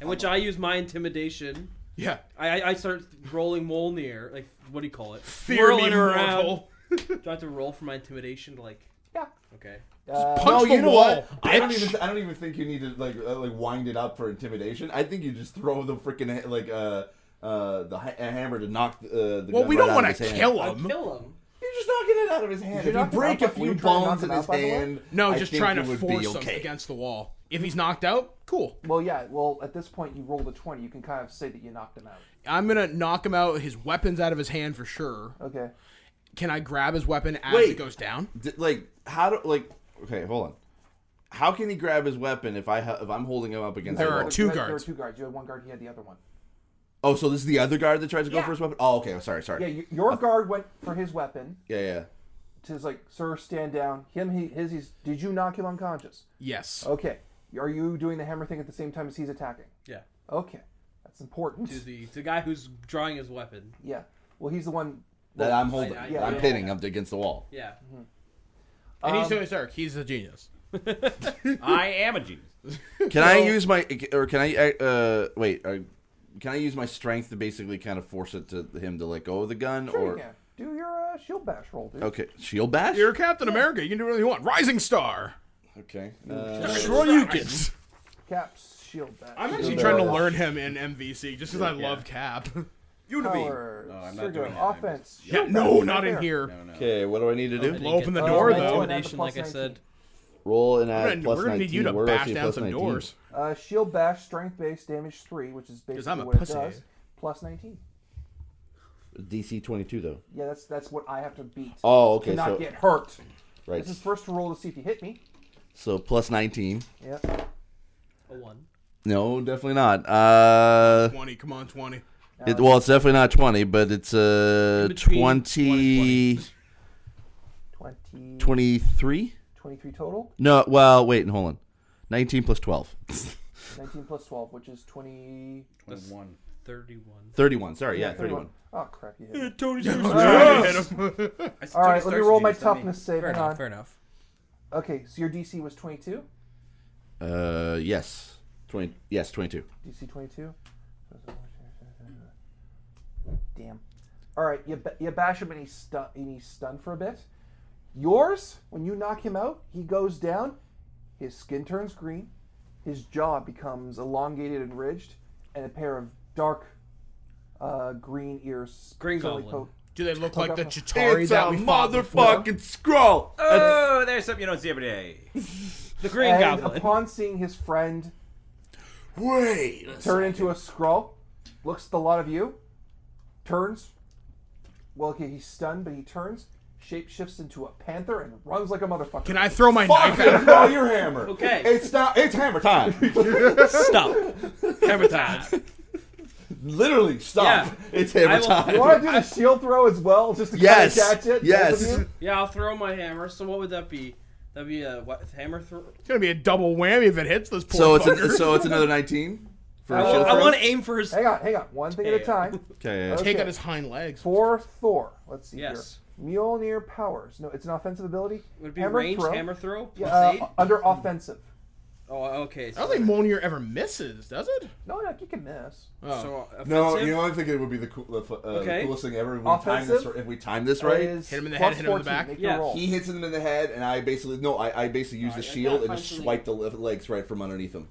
Speaker 6: in which I use my intimidation.
Speaker 4: Yeah.
Speaker 6: I, I- I start rolling Molnir. Like, what do you call it?
Speaker 4: Fear me,
Speaker 6: Whirling her around.
Speaker 4: mortal.
Speaker 6: Do I have to roll for my intimidation? To like,
Speaker 3: Yeah.
Speaker 6: okay.
Speaker 3: Uh,
Speaker 4: Punch
Speaker 2: no,
Speaker 4: the
Speaker 2: you know
Speaker 4: wall,
Speaker 2: what? I don't
Speaker 4: bitch.
Speaker 2: even. I don't even think you need to like uh, like wind it up for intimidation. I think you just throw the freaking like uh uh the ha- a hammer to knock the. Uh, the
Speaker 4: Well,
Speaker 2: gun
Speaker 4: we
Speaker 2: right
Speaker 4: don't
Speaker 2: want
Speaker 4: want to kill
Speaker 6: I
Speaker 4: him.
Speaker 6: kill him.
Speaker 2: You're just knocking it out of his hand.
Speaker 3: you
Speaker 2: If you
Speaker 3: knock him
Speaker 2: break a
Speaker 3: out? Were
Speaker 2: few
Speaker 3: you trying to
Speaker 2: bones
Speaker 3: knock
Speaker 2: in
Speaker 3: him
Speaker 2: his
Speaker 3: out, by the way?
Speaker 2: hand.
Speaker 4: No,
Speaker 2: I
Speaker 4: just
Speaker 2: think
Speaker 4: trying
Speaker 2: it
Speaker 4: to
Speaker 2: would be
Speaker 4: force
Speaker 2: okay.
Speaker 4: him against the wall. If he's knocked out, cool.
Speaker 3: well, yeah. Well, at this point, you rolled a twenty. You can kind of say that you knocked him out.
Speaker 4: I'm gonna knock him out. His weapons out of his hand for sure.
Speaker 3: Okay.
Speaker 4: Can I grab his weapon as
Speaker 2: Wait.
Speaker 4: it goes down?
Speaker 2: D- like how do like okay hold on. How can he grab his weapon if I ha- if I'm holding him up against?
Speaker 4: There
Speaker 2: the
Speaker 4: are
Speaker 2: wall?
Speaker 4: two
Speaker 3: Oh, You had- There were
Speaker 4: guards.
Speaker 3: two guards. You had one guard. He had the other one.
Speaker 2: Oh, so this is the other guard that tries to go
Speaker 3: Yeah.
Speaker 2: for his weapon. Oh, okay. Sorry, sorry.
Speaker 3: Yeah. You, your guard went for his weapon.
Speaker 2: yeah, yeah.
Speaker 3: To his like, sir, stand down. Him. He. His. He's. Did you knock him unconscious?
Speaker 4: Yes.
Speaker 3: Okay. Are you doing the hammer thing at the same time as he's attacking?
Speaker 6: Yeah.
Speaker 3: Okay. That's important.
Speaker 6: To the to the guy who's drawing his weapon.
Speaker 3: Yeah. Well, he's the one.
Speaker 2: That I'm holding.
Speaker 6: I-
Speaker 3: yeah,
Speaker 2: I'm
Speaker 3: yeah.
Speaker 2: pinning up against the wall.
Speaker 6: Yeah.
Speaker 4: and he's doing dark. He's a genius.
Speaker 5: I am a genius.
Speaker 2: Can I use my or can I uh wait, uh, can I use my strength to basically kind of force it to him to let go of the gun
Speaker 3: Sure
Speaker 2: or
Speaker 3: you can. Do your uh, shield bash roll, dude.
Speaker 2: Okay, shield bash?
Speaker 4: You're Captain America. You can do whatever you want. Rising star.
Speaker 2: Okay. Uh,
Speaker 4: Sure you can.
Speaker 3: Caps shield bash.
Speaker 4: I'm actually trying to learn him in MVC just because I love Cap.
Speaker 3: Power.
Speaker 5: No, I'm not
Speaker 3: trigger,
Speaker 5: doing that. I'm
Speaker 3: offense.
Speaker 4: Yeah,
Speaker 3: shield
Speaker 4: no,
Speaker 3: bash,
Speaker 4: not in
Speaker 3: there.
Speaker 4: here.
Speaker 5: No, no.
Speaker 2: okay, what do I need to do?
Speaker 4: Blow open the
Speaker 6: Uh,
Speaker 4: door
Speaker 6: my
Speaker 4: though.
Speaker 3: That's
Speaker 6: Intimidation,
Speaker 3: a
Speaker 6: like
Speaker 3: plus
Speaker 6: I said.
Speaker 3: 19.
Speaker 2: Roll and
Speaker 4: We're
Speaker 2: add
Speaker 4: gonna,
Speaker 2: plus
Speaker 4: we're gonna need you
Speaker 2: 19.
Speaker 4: to
Speaker 2: Where do I
Speaker 4: bash
Speaker 2: see
Speaker 4: down
Speaker 2: plus
Speaker 4: some
Speaker 2: 19?
Speaker 4: doors.
Speaker 3: Uh, shield bash, strength based, damage three, which is basically
Speaker 4: I'm a
Speaker 3: what
Speaker 4: pussy.
Speaker 3: it does. Plus nineteen.
Speaker 2: DC 22 though.
Speaker 3: Yeah, that's that's what I have to beat
Speaker 2: Oh,
Speaker 3: to
Speaker 2: okay.
Speaker 3: not
Speaker 2: So
Speaker 3: get hurt.
Speaker 2: right.
Speaker 3: This is first to roll to see if you hit me.
Speaker 2: So plus 19.
Speaker 3: Yeah.
Speaker 6: A one.
Speaker 2: No, definitely not. Uh
Speaker 4: Twenty, come on, twenty.
Speaker 2: it, well, it's definitely not 20, but it's uh
Speaker 6: In between
Speaker 2: 20
Speaker 3: Twenty.
Speaker 2: 23.
Speaker 3: 23 total.
Speaker 2: No, well, wait, hold on. 19 plus 12.
Speaker 3: 19 plus 12, which is 20.
Speaker 5: 21.
Speaker 6: Thirty-one.
Speaker 2: 31, sorry, yeah, 31.
Speaker 3: Oh, crap. You hit it.
Speaker 5: I said
Speaker 3: All right,
Speaker 5: Tony
Speaker 3: let me
Speaker 5: Stark's
Speaker 3: roll my
Speaker 5: genius, not me.
Speaker 3: toughness save.
Speaker 6: Fair
Speaker 3: Hang
Speaker 6: enough.
Speaker 3: on.
Speaker 6: Fair enough.
Speaker 3: Okay, so your DC was 22?
Speaker 2: Uh, yes. 20, yes, 22.
Speaker 3: DC 22? Damn. All right, you, ba- you bash him and he's, stu- and he's stunned for a bit. Yours, when you knock him out, he goes down, his skin turns green, his jaw becomes elongated and ridged, and a pair of dark uh, green ears.
Speaker 6: Green
Speaker 3: slowly
Speaker 6: goblin.
Speaker 4: Do they look like the Chitari
Speaker 2: It's a
Speaker 4: that we fought before?
Speaker 2: motherfucking scroll!
Speaker 5: Oh, there's something you don't see every day.
Speaker 6: The Green
Speaker 3: And
Speaker 6: Goblin.
Speaker 3: upon seeing his friend
Speaker 2: Wait!
Speaker 3: turn into a scroll, looks at the lot of you, turns. Well, okay, he's stunned, but he turns, shape shifts into a panther, and runs like a motherfucker.
Speaker 4: Can I throw my knife at
Speaker 2: Fucking throw your hammer!
Speaker 6: Okay.
Speaker 2: It's not, it's hammer time!
Speaker 6: Stop. Hammer time.
Speaker 2: Literally, stop!
Speaker 6: Yeah.
Speaker 2: It's hammer
Speaker 6: I will-
Speaker 2: time!
Speaker 3: You want to do the shield throw as well, just to
Speaker 2: Yes.
Speaker 3: kind of catch it? both of
Speaker 2: Yes.
Speaker 3: you?
Speaker 6: Yeah, I'll throw my hammer. So what would that be? That'd be a what, hammer throw.
Speaker 4: It's gonna be a double whammy if it hits this poor
Speaker 2: So it's,
Speaker 4: fucker.
Speaker 2: an, so it's another 19? For
Speaker 6: I,
Speaker 2: a shield throw?
Speaker 6: want to aim for his.
Speaker 3: Hang on, hang on. One thing at a time.
Speaker 2: Okay, yeah, yeah.
Speaker 4: Take
Speaker 3: Okay.
Speaker 4: out his hind legs.
Speaker 3: For Thor, let's see
Speaker 6: Yes.
Speaker 3: here. Mjolnir powers. No, it's an offensive ability.
Speaker 6: Would it be
Speaker 3: Hammer
Speaker 6: ranged
Speaker 3: throw.
Speaker 6: hammer throw.
Speaker 3: Yeah,
Speaker 6: Plus
Speaker 3: uh,
Speaker 6: eight.
Speaker 3: under offensive.
Speaker 6: Oh, okay.
Speaker 4: I
Speaker 6: So,
Speaker 4: don't think Monier ever misses, does it?
Speaker 3: No, no, you can miss.
Speaker 4: Oh.
Speaker 6: so uh,
Speaker 2: No,
Speaker 6: offensive?
Speaker 2: you know I think it would be the, cool, the fu- uh,
Speaker 6: Okay.
Speaker 2: coolest thing ever if we time this
Speaker 3: Offensive?
Speaker 2: if we time this right.
Speaker 3: Is
Speaker 4: Hit him in the
Speaker 3: plus
Speaker 4: head, hit him in the
Speaker 3: 14,
Speaker 4: back.
Speaker 3: make your
Speaker 6: Yeah.
Speaker 3: roll.
Speaker 2: He hits him in the head, and I basically no, I, I basically use the shield and
Speaker 6: find
Speaker 2: just
Speaker 6: something.
Speaker 2: swipe the le- legs right from underneath him.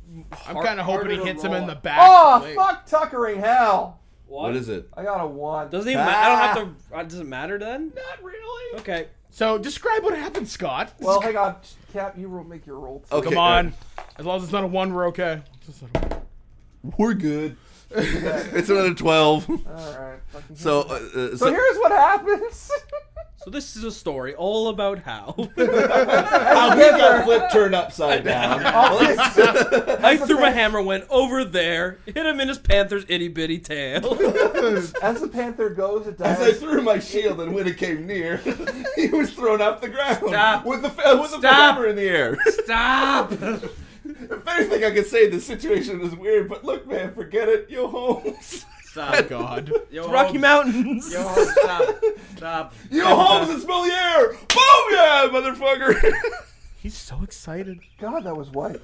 Speaker 4: I'm kind of hoping he
Speaker 6: harder to
Speaker 4: hits him
Speaker 6: roll.
Speaker 4: in the back.
Speaker 3: Oh,
Speaker 4: Wait.
Speaker 3: fuck tuckering hell.
Speaker 6: What?
Speaker 2: What is it?
Speaker 3: I got a one. Ah.
Speaker 6: Doesn't even. I don't have to. Uh, does it matter then?
Speaker 3: Not really.
Speaker 6: Okay.
Speaker 4: So describe what happened, Scott.
Speaker 3: Well, hang on. Cap, you roll, make your roll. too.
Speaker 2: Okay.
Speaker 4: Come on. As long as it's not a one, we're okay. It's oh not a-
Speaker 2: We're good. it's another twelve.
Speaker 3: All right. fucking-
Speaker 2: So, uh, uh, so,
Speaker 3: So here's what happens.
Speaker 6: So this is a story all about how
Speaker 2: how he got flipped turned upside down.
Speaker 6: I threw my hammer, went over there, hit him in his panther's itty bitty tail.
Speaker 3: As the panther goes, it
Speaker 2: As I
Speaker 3: dies.
Speaker 2: threw my shield, and when it came near, he was thrown off the ground
Speaker 6: Stop.
Speaker 2: with the fa- with the
Speaker 6: Stop.
Speaker 2: hammer in the air.
Speaker 6: Stop!
Speaker 2: if anything, I could say the situation is weird, but look, man, forget it. Yo, Holmes.
Speaker 5: Stop.
Speaker 4: God.
Speaker 5: Yo,
Speaker 6: Rocky
Speaker 5: Holmes.
Speaker 6: Mountains.
Speaker 5: Yo, Holmes, stop. Stop.
Speaker 2: Yo, Holmes, it's Moliere! Boom, yeah, motherfucker!
Speaker 4: He's so excited.
Speaker 3: God, that was white.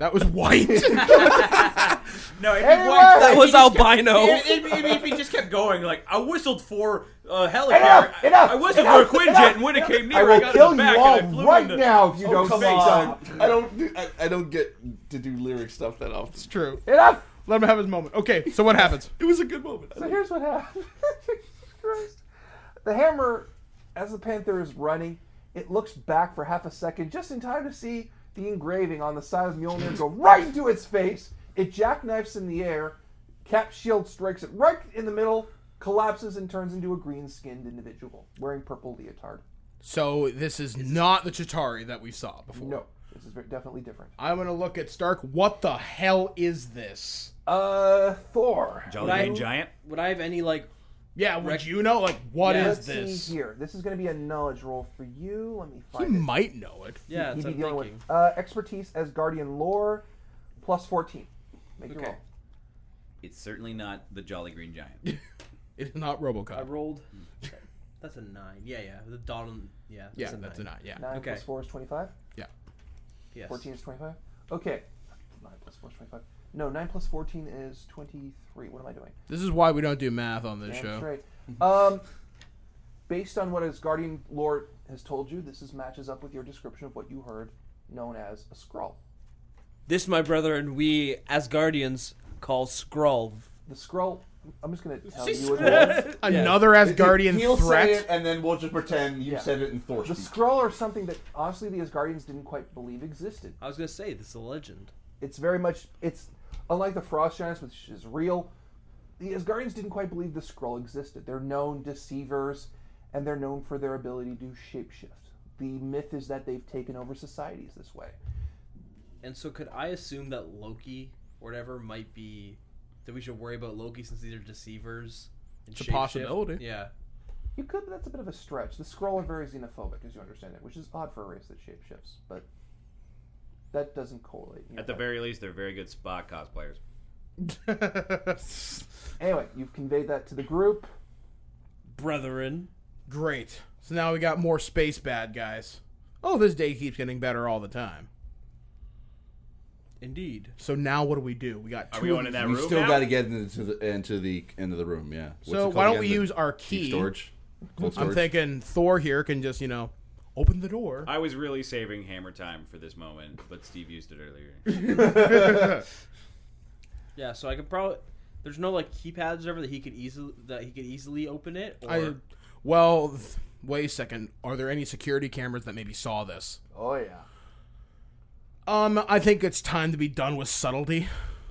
Speaker 4: That was white.
Speaker 5: No, it'd be
Speaker 3: Anyway!
Speaker 5: white.
Speaker 6: That was albino.
Speaker 5: It, it, it, if he just kept going, like I whistled for uh, helicopter.
Speaker 3: Enough,
Speaker 5: I-
Speaker 3: enough,
Speaker 5: I whistled
Speaker 3: enough,
Speaker 5: for a
Speaker 3: enough,
Speaker 5: Quinjet, and when it
Speaker 3: enough.
Speaker 5: came near,
Speaker 3: I will
Speaker 5: got
Speaker 3: kill
Speaker 5: in
Speaker 3: you
Speaker 5: the back
Speaker 3: all
Speaker 5: and I flew
Speaker 3: right
Speaker 5: into,
Speaker 3: now if you
Speaker 5: Oh,
Speaker 3: don't
Speaker 5: come
Speaker 3: stop.
Speaker 5: on.
Speaker 2: I don't, do- I, I don't get to do lyric stuff that often.
Speaker 4: It's true.
Speaker 3: Enough.
Speaker 4: Let him have his moment. Okay, so what happens?
Speaker 2: It was a good moment.
Speaker 3: So here's what happened. Jesus Christ. The hammer, as the panther is running, it looks back for half a second, just in time to see the engraving on the side of Mjolnir go right into its face. It jackknifes in the air. Cap shield strikes it right in the middle, collapses, and turns into a green-skinned individual wearing purple leotard.
Speaker 4: So this is not the Chitari that we saw before.
Speaker 3: No, this is very, definitely different.
Speaker 4: I'm gonna look at Stark. What the hell is this?
Speaker 3: Uh, Thor.
Speaker 5: Jolly
Speaker 6: I-
Speaker 5: Green Giant.
Speaker 6: Would I have any like?
Speaker 4: Yeah, would
Speaker 6: Rec-
Speaker 4: you know? Like, what
Speaker 6: Yeah.
Speaker 4: is
Speaker 3: Let's
Speaker 4: this?
Speaker 3: see here. This is going to be a knowledge roll for you. Let me
Speaker 4: He
Speaker 3: find it.
Speaker 4: might know it.
Speaker 6: Yeah,
Speaker 3: He'd
Speaker 6: that's
Speaker 3: be
Speaker 6: what I'm
Speaker 3: dealing with
Speaker 6: thinking.
Speaker 3: uh, expertise as guardian lore, plus fourteen. Make your
Speaker 6: Okay.
Speaker 3: roll.
Speaker 5: It's certainly not the Jolly Green Giant.
Speaker 4: It's not
Speaker 6: I
Speaker 4: RoboCop.
Speaker 6: rolled. That's a nine. Yeah, yeah. The dawn. on- Yeah. That's
Speaker 4: yeah,
Speaker 6: a
Speaker 4: that's a nine. Yeah.
Speaker 3: Nine
Speaker 6: Okay.
Speaker 3: plus four is twenty-five.
Speaker 4: Yeah.
Speaker 6: Yes.
Speaker 3: Fourteen is twenty-five. Okay. Nine plus four is twenty-five. No, nine plus fourteen is twenty-three. What am I doing?
Speaker 4: This is why we don't do math on this
Speaker 3: Damn
Speaker 4: show.
Speaker 3: straight.
Speaker 6: Mm-hmm.
Speaker 3: Um, based on what his guardian lore has told you, this is matches up with your description of what you heard, known as a scroll.
Speaker 6: This, my brethren, we as guardians call Skrull.
Speaker 3: The scroll. I'm just gonna tell you what it is.
Speaker 6: yeah.
Speaker 4: Another Asgardian
Speaker 2: He'll
Speaker 4: threat.
Speaker 2: say it, and then we'll just pretend you
Speaker 3: Yeah.
Speaker 2: said it in Thor
Speaker 3: The
Speaker 2: speak.
Speaker 3: scroll are something that honestly the Asgardians didn't quite believe existed.
Speaker 6: I was gonna say this is a legend.
Speaker 3: it's very much it's unlike the frost giants which is real the asgardians didn't quite believe the scroll existed they're known deceivers and they're known for their ability to shapeshift the myth is that they've taken over societies this way
Speaker 6: And so, could I assume that Loki or whatever might be that we should worry about Loki since these are deceivers? and
Speaker 4: It's a
Speaker 6: shapeshift?
Speaker 4: possibility.
Speaker 6: Yeah.
Speaker 3: You could, but that's a bit of a stretch. The scroll are very xenophobic, as you understand it, which is odd for a race that shapeshifts, but that doesn't correlate. in your
Speaker 5: At the
Speaker 3: head.
Speaker 5: very least, they're very good spot cosplayers.
Speaker 3: Anyway, you've conveyed that to the group.
Speaker 6: Brethren.
Speaker 4: Great. So now we got more space bad guys. Oh, this day keeps getting better all the time.
Speaker 6: Indeed.
Speaker 4: So now what do we do? We got two.
Speaker 5: Are we going
Speaker 4: of
Speaker 5: in
Speaker 4: these.
Speaker 5: that
Speaker 2: We
Speaker 5: room
Speaker 2: still
Speaker 5: now?
Speaker 2: got to get into the into the into the room. Yeah. What's it
Speaker 4: So
Speaker 2: called
Speaker 4: why don't
Speaker 2: again?
Speaker 4: we
Speaker 2: The
Speaker 4: use our
Speaker 2: deep
Speaker 4: key?
Speaker 2: storage? Cold storage.
Speaker 4: I'm thinking Thor here can just you know open the door.
Speaker 5: I was really saving hammer time for this moment, but Steve used it earlier.
Speaker 6: Yeah, so I could probably. There's no like keypads or whatever that he could easily that he could easily open it. Or
Speaker 4: I, well, th- wait a second. Are there any security cameras that maybe saw this?
Speaker 3: Oh, yeah.
Speaker 4: Um, I think it's time to be done with subtlety.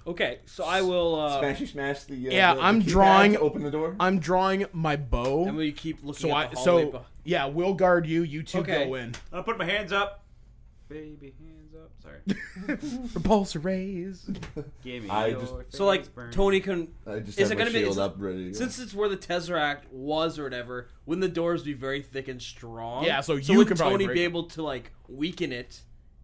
Speaker 6: okay, so I will. Uh,
Speaker 7: Smashy smash the. Uh,
Speaker 4: Yeah,
Speaker 7: the- the
Speaker 4: I'm
Speaker 7: keypad
Speaker 4: drawing-
Speaker 7: to Open the door.
Speaker 4: I'm drawing my
Speaker 6: and
Speaker 4: bow.
Speaker 6: we keep
Speaker 4: So
Speaker 6: looking at
Speaker 4: I
Speaker 6: the
Speaker 4: so
Speaker 6: hallway. beh-
Speaker 4: yeah, we'll guard you. You two
Speaker 6: Okay.
Speaker 4: go in.
Speaker 5: I'll put my hands up. Baby, hands up. Sorry.
Speaker 4: Repulse rays.
Speaker 5: Give me
Speaker 7: I
Speaker 5: your
Speaker 7: just-
Speaker 6: so like
Speaker 5: face burn.
Speaker 6: Tony can
Speaker 2: I just
Speaker 6: Is
Speaker 2: have
Speaker 6: it
Speaker 2: my
Speaker 6: gonna be-
Speaker 2: shield
Speaker 6: is-
Speaker 2: up ready. To go.
Speaker 6: since it's where the Tesseract was or whatever, wouldn't the doors be very thick and strong?
Speaker 4: Yeah, so you
Speaker 6: would
Speaker 4: can probably
Speaker 6: Tony
Speaker 4: break
Speaker 6: be
Speaker 4: it.
Speaker 6: able to like weaken it,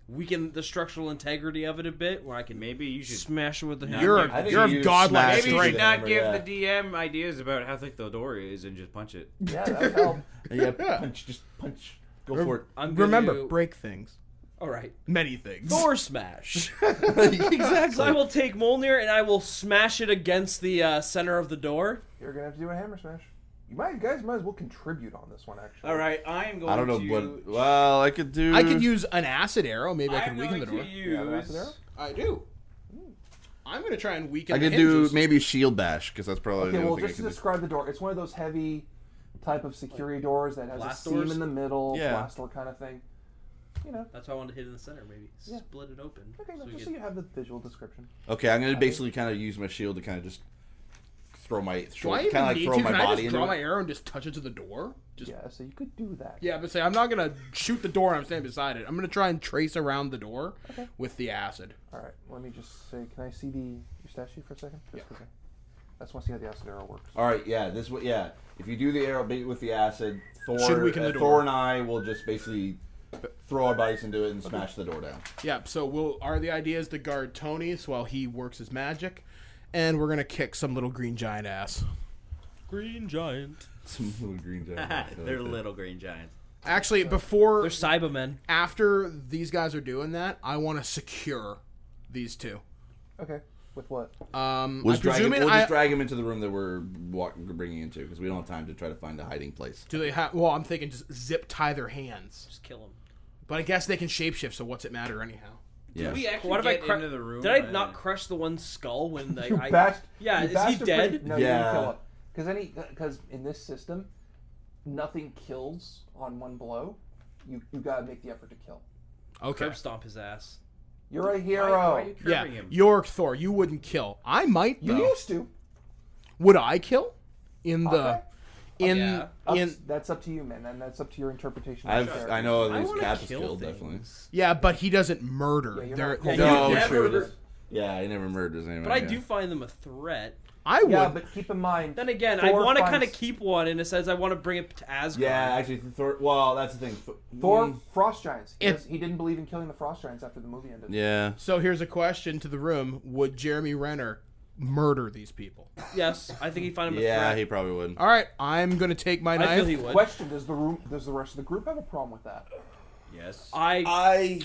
Speaker 6: weaken the structural integrity of it a bit, where I can
Speaker 5: Maybe you should.
Speaker 6: smash it with the hammer.
Speaker 4: You're
Speaker 2: I
Speaker 4: a,
Speaker 2: think
Speaker 4: you're
Speaker 2: you
Speaker 4: of godlike
Speaker 2: smashed
Speaker 5: Maybe you
Speaker 2: Straight
Speaker 5: should
Speaker 4: strength.
Speaker 2: down,
Speaker 5: not give
Speaker 2: yeah.
Speaker 5: the DM ideas about how thick the door is and just punch it.
Speaker 3: Yeah, that would help.
Speaker 2: yeah, punch, just punch. Go for it.
Speaker 6: I'm gonna
Speaker 4: Remember,
Speaker 6: do-
Speaker 4: break things.
Speaker 6: all right.
Speaker 4: Many things.
Speaker 6: Thor smash.
Speaker 2: exactly.
Speaker 6: so I will take Molnir and I will smash it against the uh, center of the door.
Speaker 3: You're going to have to do a hammer smash. You might, you guys might as well contribute on this one, actually.
Speaker 6: All right, I am going.
Speaker 2: I don't know
Speaker 6: to...
Speaker 2: what. Well, I could do.
Speaker 4: I could use an acid arrow. Maybe I
Speaker 5: I'm
Speaker 4: can weaken the
Speaker 5: going
Speaker 4: door.
Speaker 5: to
Speaker 3: You have an acid
Speaker 5: use.
Speaker 3: arrow?
Speaker 4: I do. I'm gonna try and weaken.
Speaker 2: I
Speaker 4: the
Speaker 2: could do
Speaker 4: hinges.
Speaker 2: maybe shield bash because that's probably
Speaker 3: Okay,
Speaker 2: the
Speaker 3: well,
Speaker 2: only
Speaker 3: just to
Speaker 2: thing I can do.
Speaker 3: describe the door, it's one of those heavy type of security doors that has
Speaker 6: Blast
Speaker 3: a seam
Speaker 6: doors?
Speaker 3: in the middle,
Speaker 2: Yeah.
Speaker 3: blast door kind of thing. You know,
Speaker 6: That's why I wanted to hit in the center, maybe
Speaker 3: Yeah.
Speaker 6: split it open.
Speaker 3: okay,
Speaker 6: so we
Speaker 3: just
Speaker 6: could-
Speaker 3: so you have the visual description.
Speaker 2: Okay, I'm gonna basically kind of use my shield to kind of just throw my
Speaker 4: Do I
Speaker 2: kind of
Speaker 4: even
Speaker 2: like
Speaker 4: need
Speaker 2: throw
Speaker 4: to?
Speaker 2: my
Speaker 4: Can I
Speaker 2: body
Speaker 4: just
Speaker 2: into
Speaker 4: draw
Speaker 2: it.
Speaker 4: my arrow and just touch it to the door? Just
Speaker 3: Yeah, so you could do that.
Speaker 4: Yeah, but say I'm not gonna shoot the door. I'm standing beside it. I'm gonna try and trace around the door with the acid.
Speaker 3: All right, let me just say, can I see the your stat sheet for a second? Just yeah. I just want to see how the acid arrow works.
Speaker 2: All right, yeah, this what yeah. If you do the arrow bait with the acid, Thor,
Speaker 4: Should weaken
Speaker 2: uh,
Speaker 4: the door.
Speaker 2: Thor and I will just basically throw our bodies into it and smash the door down.
Speaker 4: Yeah. So we'll are the idea is to guard Tony's while he works his magic, and we're gonna kick some little green giant ass.
Speaker 6: Green giant.
Speaker 2: Some little green giant.
Speaker 5: They're little green giants.
Speaker 4: Actually, before
Speaker 6: They're Cybermen.
Speaker 4: after these guys are doing that, I want to secure these two.
Speaker 3: Okay, with what?
Speaker 4: Um, I'm
Speaker 2: We'll, just drag, him,
Speaker 4: presuming
Speaker 2: we'll
Speaker 4: I
Speaker 2: just drag him into the room that we're walk, bringing into because we don't have time to try to find a hiding place.
Speaker 4: do they have? Well, I'm thinking just zip tie their hands,
Speaker 6: Just kill them.
Speaker 4: but I guess they can shapeshift. So what's it matter anyhow?
Speaker 2: Yeah.
Speaker 5: We actually
Speaker 6: What if I
Speaker 5: get
Speaker 6: cru-
Speaker 5: into the room?
Speaker 6: Did I
Speaker 5: uh,
Speaker 6: not crush the one skull when they?
Speaker 3: You
Speaker 6: I,
Speaker 3: bashed.
Speaker 6: yeah,
Speaker 3: you
Speaker 6: is
Speaker 3: bashed
Speaker 6: he
Speaker 3: a
Speaker 6: dead?
Speaker 3: Pretty, no, you
Speaker 2: Yeah.
Speaker 3: didn't kill him. Because any because in this system, nothing kills on one blow. You you gotta make the effort to kill.
Speaker 4: Okay.
Speaker 6: Curb stomp his ass.
Speaker 3: You're a
Speaker 5: Why,
Speaker 3: hero.
Speaker 5: why are you
Speaker 4: Yeah,
Speaker 5: curving him?
Speaker 4: York Thor, you wouldn't kill. I might
Speaker 3: you
Speaker 4: though.
Speaker 3: used to.
Speaker 4: Would I kill? In the
Speaker 3: Okay.
Speaker 4: in
Speaker 6: Yeah.
Speaker 4: in
Speaker 3: Ups- that's up to you, man, and that's up to your interpretation. Of
Speaker 2: I've,
Speaker 3: the character.
Speaker 2: I know that his
Speaker 6: wanna
Speaker 2: cat is
Speaker 6: kill
Speaker 2: killed,
Speaker 6: things.
Speaker 2: definitely.
Speaker 4: yeah, but he doesn't
Speaker 3: Yeah,
Speaker 4: murder.
Speaker 3: you're
Speaker 4: There-
Speaker 3: not cold.
Speaker 4: there-
Speaker 2: No,
Speaker 6: never
Speaker 2: true.
Speaker 6: murders-
Speaker 2: Yeah, he never murders anyone.
Speaker 6: But I
Speaker 2: yeah.
Speaker 6: do find them a threat.
Speaker 4: I would.
Speaker 3: Yeah, but keep in mind.
Speaker 6: Then again, I
Speaker 3: Thor
Speaker 6: want to
Speaker 3: finds-
Speaker 6: kind of keep one in a sense. I want to bring it to Asgard.
Speaker 2: Yeah, actually, Thor. Well, that's the thing.
Speaker 3: Thor
Speaker 2: Mm,
Speaker 3: Frost Giants. He,
Speaker 4: It-
Speaker 3: does- he didn't believe in killing the Frost Giants after the movie ended.
Speaker 2: Yeah.
Speaker 4: so here's a question to the room: Would Jeremy Renner murder these people?
Speaker 6: Yes, I think he find him a
Speaker 2: Yeah,
Speaker 6: threat.
Speaker 2: he probably would.
Speaker 4: All right, I'm gonna take my
Speaker 6: I feel
Speaker 4: knife.
Speaker 6: he would.
Speaker 3: Question: Does the room? Does the rest of the group have a problem with that?
Speaker 5: Yes.
Speaker 6: I
Speaker 2: I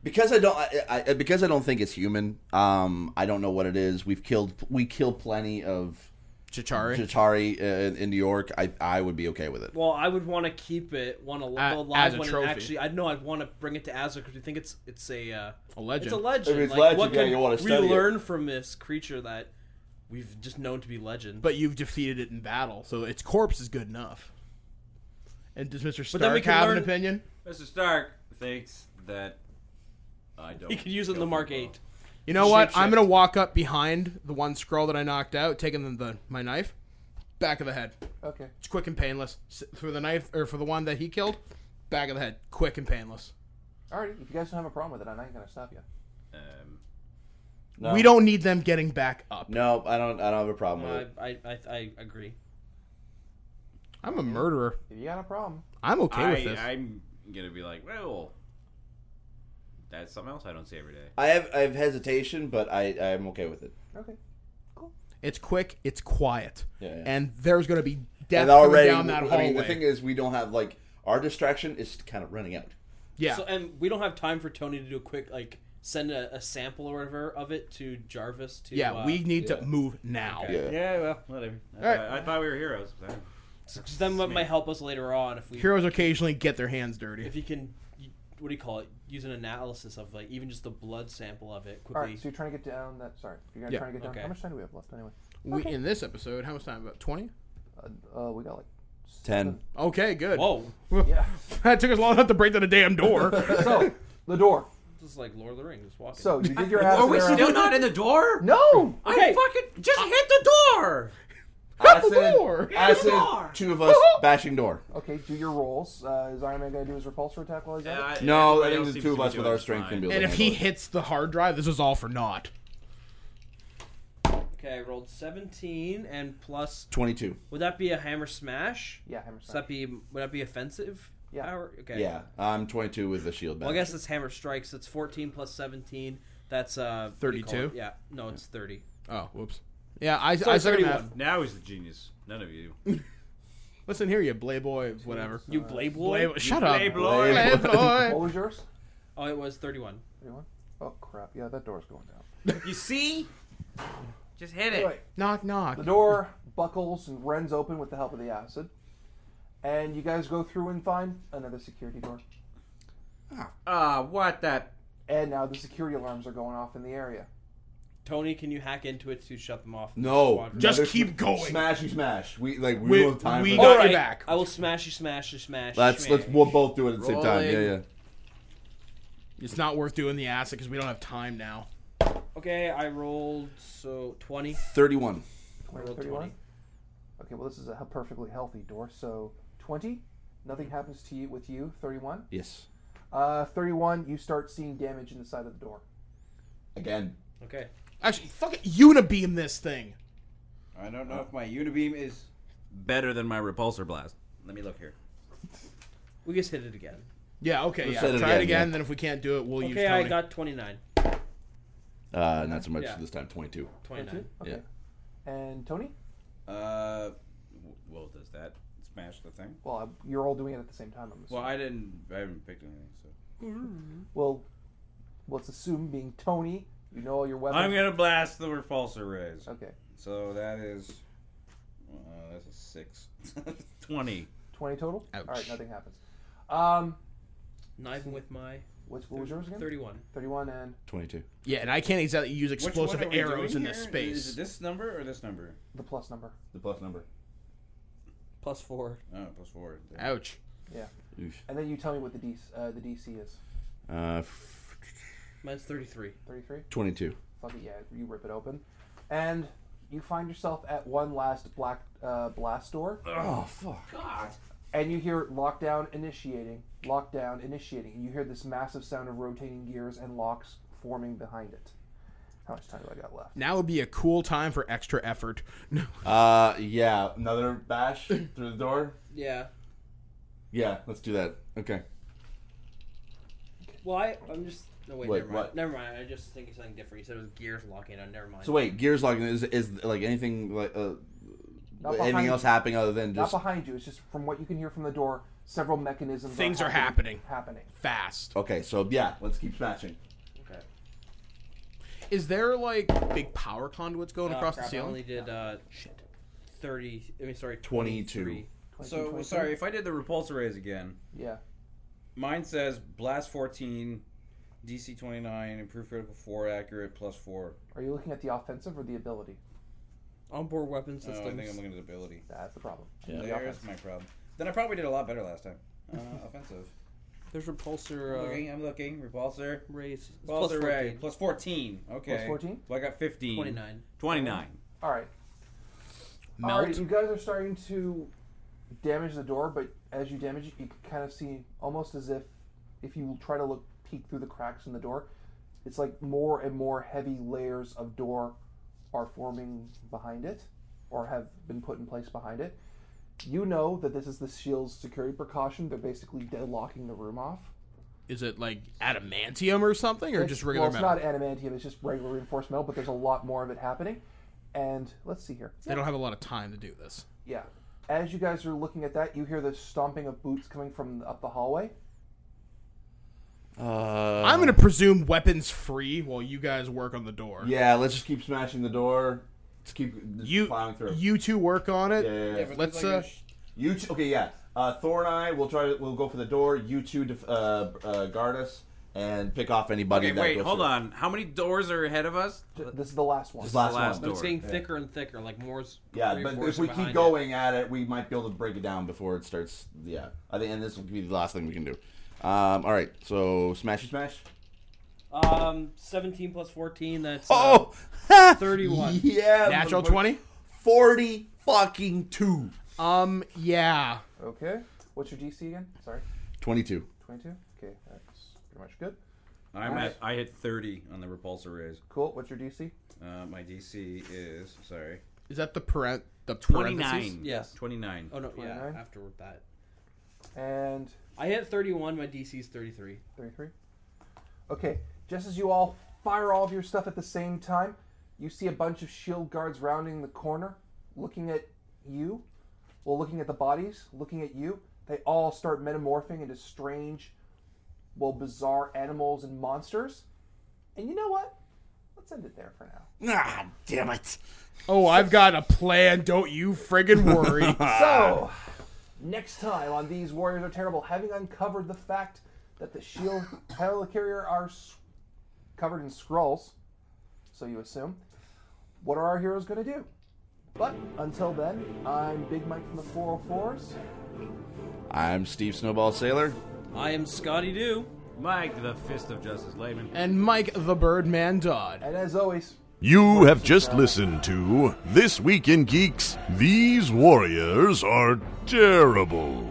Speaker 2: because I don't I, I, because I don't think it's human. Um, I don't know what it is. We've killed we kill plenty of
Speaker 4: Chitari.
Speaker 2: Chitari uh, in, in New York. I I would be okay with it.
Speaker 6: well, I would want to keep it one al-
Speaker 4: A-
Speaker 6: alive
Speaker 4: as a
Speaker 6: when it
Speaker 4: trophy.
Speaker 6: actually. I know I'd want to bring it to Asgard because we think it's it's a uh,
Speaker 4: a legend.
Speaker 6: it's a legend.
Speaker 2: If it's
Speaker 6: like,
Speaker 2: legend,
Speaker 6: what
Speaker 2: yeah,
Speaker 6: can
Speaker 2: you wanna
Speaker 6: we
Speaker 2: study it.
Speaker 6: learn from this creature that we've just known to be legend?
Speaker 4: but you've defeated it in battle, so its corpse is good enough. And does Mr.
Speaker 6: then we
Speaker 4: Stark
Speaker 6: can
Speaker 4: have an
Speaker 6: learn-
Speaker 4: opinion?
Speaker 5: Mr. Stark thinks that I don't.
Speaker 6: he could use it in
Speaker 5: kill
Speaker 6: the Mark
Speaker 5: people.
Speaker 6: Eight.
Speaker 4: You know what?
Speaker 6: Shapeshift.
Speaker 4: I'm gonna walk up behind the one scroll that I knocked out, taking the, the my knife, back of the head.
Speaker 3: Okay.
Speaker 4: It's quick and painless. S- For the knife, or for the one that he killed, back of the head, quick and painless.
Speaker 3: All right. If you guys don't have a problem with it, I'm not gonna stop you.
Speaker 5: Um,
Speaker 2: No.
Speaker 4: We don't need them getting back up.
Speaker 2: No, I don't. I don't have a problem with
Speaker 6: I,
Speaker 2: it.
Speaker 6: I, I I agree.
Speaker 4: I'm a murderer.
Speaker 3: If you got a problem,
Speaker 4: I'm okay with this.
Speaker 5: I, I'm gonna be like, well, that's something else I don't see every day.
Speaker 2: I have I have hesitation, but I I'm okay with it.
Speaker 3: okay.
Speaker 4: It's quick. It's quiet.
Speaker 2: Yeah, yeah.
Speaker 4: And there's gonna be death
Speaker 2: and
Speaker 4: coming
Speaker 2: already,
Speaker 4: down that
Speaker 2: I
Speaker 4: hallway.
Speaker 2: mean, the thing is, we don't have like our distraction is kind of running out.
Speaker 4: yeah.
Speaker 6: So, and we don't have time for Tony to do a quick like send a, a sample or whatever of it to Jarvis. To
Speaker 4: yeah.
Speaker 6: uh,
Speaker 4: we need to move now.
Speaker 2: Yeah.
Speaker 5: well, whatever. I,
Speaker 4: All right.
Speaker 5: thought, I thought we were heroes. so-
Speaker 6: because then what might help us later on if we
Speaker 4: Heroes occasionally get their hands dirty.
Speaker 6: if you can you- what do you call it use an analysis of like even just the blood sample of it
Speaker 3: All
Speaker 6: quickly.
Speaker 3: right, so you're trying to get down that. Sorry, you're gonna
Speaker 4: Yeah,
Speaker 3: trying to get down.
Speaker 6: okay.
Speaker 3: How much time do we have left anyway?
Speaker 4: We in this episode, how much time? About twenty.
Speaker 3: Uh, we got like
Speaker 2: Ten.
Speaker 4: Okay, good.
Speaker 6: Whoa,
Speaker 3: yeah.
Speaker 4: that took us long enough to break to the damn door.
Speaker 3: So the door.
Speaker 6: this is like Lord of the Rings just walking.
Speaker 3: So you did your ass.
Speaker 5: Are we
Speaker 3: around-
Speaker 5: still not in the door?
Speaker 3: No.
Speaker 5: I
Speaker 6: Okay.
Speaker 5: fucking just hit the door.
Speaker 2: Acid.
Speaker 4: door.
Speaker 2: Acid.
Speaker 5: Door.
Speaker 2: Two of us bashing door.
Speaker 3: Okay, do your rolls. Uh, is Iron Man gonna do his repulsor attack while he's at it?
Speaker 2: No, I think the two of us with our strength can be.
Speaker 4: and if he hits the hard drive, this is all for naught.
Speaker 6: okay, I rolled seventeen and plus.
Speaker 2: twenty-two,
Speaker 6: Would that be a hammer smash?
Speaker 3: Yeah, hammer
Speaker 6: Does
Speaker 3: smash.
Speaker 6: that be would that be offensive?
Speaker 3: Yeah.
Speaker 6: Power? Okay.
Speaker 2: yeah, I'm twenty-two with the shield.
Speaker 6: Well, I
Speaker 2: bash.
Speaker 6: guess it's hammer strikes. That's fourteen plus seventeen. That's uh. what do you call
Speaker 4: 32?
Speaker 6: it? Yeah. No, it's thirty.
Speaker 4: Oh, whoops. Yeah, I, I second
Speaker 6: 31.
Speaker 4: half.
Speaker 5: Now he's the genius. None of you.
Speaker 4: Listen here, you blay boy, whatever.
Speaker 6: You
Speaker 3: Uh,
Speaker 6: blade
Speaker 4: Blay, shut up.
Speaker 5: blay boy.
Speaker 4: Blay
Speaker 3: What
Speaker 4: boy.
Speaker 3: was yours?
Speaker 6: Oh, it was thirty-one.
Speaker 3: Anyone? Oh crap! Yeah, that door's going down.
Speaker 5: You see? Just hit it.
Speaker 3: Anyway,
Speaker 4: knock, knock.
Speaker 3: the door buckles and rends open with the help of the acid, and you guys go through and find another security door.
Speaker 5: Ah, what that?
Speaker 3: And now the security alarms are going off in the area.
Speaker 6: Tony, can you hack into it to shut them off?
Speaker 2: no,
Speaker 4: Just
Speaker 2: another
Speaker 4: keep
Speaker 2: sm-
Speaker 4: going.
Speaker 2: Smash, you smash. We like we,
Speaker 4: We-
Speaker 2: don't have time.
Speaker 4: we
Speaker 2: for
Speaker 4: got
Speaker 2: that.
Speaker 4: your
Speaker 6: Alright,
Speaker 4: back.
Speaker 6: I will smashy, smashy, smash.
Speaker 2: Let's
Speaker 6: smash.
Speaker 2: let's we'll both do it at the same time. Yeah,
Speaker 4: Rolling.
Speaker 2: yeah.
Speaker 4: It's not worth doing the acid because we don't have time now.
Speaker 6: Okay, I rolled so twenty.
Speaker 2: Thirty-one.
Speaker 3: Twenty,
Speaker 6: rolled
Speaker 3: 31?
Speaker 6: 20.
Speaker 3: Okay, well this is a he- perfectly healthy door. So twenty, nothing happens to you with you. Thirty-one.
Speaker 2: Yes.
Speaker 3: Uh, thirty-one. You start seeing damage in the side of the door.
Speaker 2: Again.
Speaker 6: Okay.
Speaker 4: Actually, fuck it. Unibeam this thing.
Speaker 5: I don't know if my unibeam is better than my repulsor blast. Let me look here.
Speaker 6: We just hit it again.
Speaker 4: Yeah, okay, yeah.
Speaker 2: set it
Speaker 4: Try it
Speaker 2: again,
Speaker 4: again,
Speaker 2: yeah.
Speaker 4: then if we can't do it, we'll use
Speaker 6: Okay,
Speaker 4: Tony.
Speaker 6: I got 29.
Speaker 2: Uh, not so much
Speaker 6: Yeah.
Speaker 2: this time. Twenty-two.
Speaker 6: 29.
Speaker 2: Yeah.
Speaker 3: And Tony,
Speaker 5: Uh, w- well, does that smash the thing?
Speaker 3: well, uh, you're all doing it at the same time. I'm assuming.
Speaker 5: Well, I didn't. I haven't picked anything, so
Speaker 3: Well, let's assume being Tony, you know all your weapons.
Speaker 5: I'm gonna blast the repulsor rays.
Speaker 3: Okay,
Speaker 5: So that is. Uh, that's a six. Twenty.
Speaker 3: twenty total.
Speaker 4: Ouch.
Speaker 3: All right, nothing happens. Um,
Speaker 6: Knife with my
Speaker 3: what's what was yours again?
Speaker 6: 31.
Speaker 3: Thirty-one and
Speaker 2: Twenty-two.
Speaker 4: yeah, and I can't exactly use
Speaker 5: Which
Speaker 4: explosive
Speaker 5: one are we
Speaker 4: arrows in
Speaker 5: doing
Speaker 4: this
Speaker 5: here?
Speaker 4: space.
Speaker 5: Is it this number or this number?
Speaker 3: the plus number.
Speaker 2: The plus number.
Speaker 6: Plus 4.
Speaker 5: Oh, plus four.
Speaker 4: Ouch.
Speaker 3: And then you tell me what the DC, uh, the DC is.
Speaker 2: Uh, f-
Speaker 6: Mine's 33.
Speaker 3: Thirty-three.
Speaker 2: twenty-two.
Speaker 3: Fuck it, yeah. You rip it open, and you find yourself at one last black uh, blast door,
Speaker 2: Oh fuck.
Speaker 3: and you hear lockdown initiating, lockdown initiating. And you hear this massive sound of rotating gears and locks forming behind it. How much time do I got left?
Speaker 4: Now would be a cool time for extra effort.
Speaker 2: Uh, yeah. Another bash through the door.
Speaker 6: Yeah.
Speaker 2: Yeah, let's do that. Okay.
Speaker 6: Well, I, I'm just. No, wait,
Speaker 2: Wait,
Speaker 6: never mind.
Speaker 2: what?
Speaker 6: Never mind. I just think it's something different. You said it was gears locking on. Never mind.
Speaker 2: So wait, gears locking is is like anything like uh,
Speaker 3: Not
Speaker 2: anything
Speaker 3: behind-
Speaker 2: else happening other than
Speaker 3: Not
Speaker 2: just
Speaker 3: behind you. It's just from what you can hear from the door. Several mechanisms.
Speaker 4: Things are
Speaker 3: happening. Happening.
Speaker 4: Fast.
Speaker 2: okay. So yeah, let's keep smashing.
Speaker 6: Okay.
Speaker 4: Is there like big power conduits going
Speaker 6: Uh,
Speaker 4: across
Speaker 6: crap,
Speaker 4: the
Speaker 6: I
Speaker 4: ceiling?
Speaker 6: only did uh, shit. 30. I mean, sorry.
Speaker 2: 22.
Speaker 6: 23.
Speaker 5: So
Speaker 3: 22.
Speaker 5: sorry if I did the repulsor rays again.
Speaker 3: Yeah.
Speaker 5: Mine says blast fourteen, DC twenty nine, improved critical four, accurate plus four. Oh,
Speaker 3: Are you looking at the offensive or the ability?
Speaker 6: Onboard weapon
Speaker 5: Oh, I
Speaker 6: systems.
Speaker 5: think I'm looking at ability.
Speaker 3: That's the problem. The
Speaker 5: There's
Speaker 3: offensive.
Speaker 5: my problem. Then I probably did a lot better last time. Uh, offensive.
Speaker 6: There's
Speaker 5: I'm
Speaker 6: repulsor. Uh,
Speaker 5: looking. I'm looking. Repulsor.
Speaker 6: raise. It's plus
Speaker 5: Repulsor ray.
Speaker 6: 14.
Speaker 5: Plus fourteen. Okay.
Speaker 3: Plus 14?
Speaker 5: So I got fifteen.
Speaker 6: 29.
Speaker 5: Twenty nine.
Speaker 3: All right. All right.
Speaker 4: Melt.
Speaker 3: You guys are starting to damage the door, but as you damage it, you can kind of see almost as if if you try to look peek through the cracks in the door, it's like more and more heavy layers of door are forming behind it or have been put in place behind it. You know that this is the shield's security precaution. They're basically deadlocking the room off.
Speaker 4: Is it like adamantium or something, or just regular
Speaker 3: well, it's
Speaker 4: metal?
Speaker 3: not adamantium. It's just regular reinforced metal, but there's a lot more of it happening. And let's see here.
Speaker 4: They don't have a lot of time to do this.
Speaker 3: Yeah. As you guys are looking at that, you hear the stomping of boots coming from up the hallway.
Speaker 2: Uh,
Speaker 4: I'm gonna presume weapons free while you guys work on the door.
Speaker 2: yeah, let's just keep smashing the door. Let's keep just
Speaker 4: You
Speaker 2: plowing through.
Speaker 4: you two work on it.
Speaker 2: yeah, yeah, yeah.
Speaker 7: but
Speaker 4: Let's,
Speaker 7: there's like
Speaker 4: uh,
Speaker 7: a sh-
Speaker 2: You two, okay? Yeah. Uh, Thor and I will try to. We'll go for the door. You two def- uh, uh, guard us and pick off anybody.
Speaker 5: Okay,
Speaker 2: that
Speaker 5: wait,
Speaker 2: goes
Speaker 5: hold
Speaker 2: through.
Speaker 5: on. How many doors are ahead of us?
Speaker 3: J- This is the last one.
Speaker 2: This last,
Speaker 5: last
Speaker 2: one.
Speaker 5: door.
Speaker 6: It's getting thicker and thicker, like Moore's.
Speaker 2: Yeah, but if
Speaker 6: reinforcing
Speaker 2: we keep
Speaker 6: behind it.
Speaker 2: going at it, we might be able to break it down before it starts. Yeah, I think, and this will be the last thing we can do. Um, all right, so smashy smash.
Speaker 6: Um, 17 plus 14, that's uh,
Speaker 2: Oh,
Speaker 6: 31.
Speaker 2: Yeah,
Speaker 4: Natural
Speaker 2: motherfucker.
Speaker 4: twenty.
Speaker 2: Forty fucking two.
Speaker 4: Um. Yeah.
Speaker 3: Okay. What's your DC again? Sorry.
Speaker 2: Twenty-two.
Speaker 3: 22? Okay. That's pretty much good.
Speaker 5: I'm
Speaker 3: Alright.
Speaker 5: at, I hit 30 on the repulsor rays.
Speaker 3: Cool. What's your DC?
Speaker 5: Uh, my DC is sorry
Speaker 4: Is that the parent? The parentheses?
Speaker 5: 29.
Speaker 6: Yes.
Speaker 5: 29.
Speaker 6: Oh, no, yeah,
Speaker 3: 29?
Speaker 6: after that.
Speaker 3: And
Speaker 6: I hit 31, my DC's 33.
Speaker 3: 33. Okay, just as you all fire all of your stuff at the same time, you see a bunch of shield guards rounding the corner, looking at you, well, looking at the bodies, looking at you. They all start metamorphing into strange, well, bizarre animals and monsters. And you know what? Let's end it there for now.
Speaker 2: Ah, damn it.
Speaker 4: Oh, I've got a plan. Don't you friggin' worry.
Speaker 3: So, next time on These Warriors Are Terrible, having uncovered the fact that the shield helicarrier are s- covered in scrolls, so you assume, what are our heroes going to do? But until then, I'm Big Mike from the 404s.
Speaker 2: I'm Steve Snowball Sailor.
Speaker 6: I am Scotty Doo.
Speaker 5: Mike, the fist of justice, layman.
Speaker 4: and Mike the Birdman Dodd.
Speaker 3: And as always,
Speaker 1: You have just listened to This Week in Geeks These Warriors Are Terrible.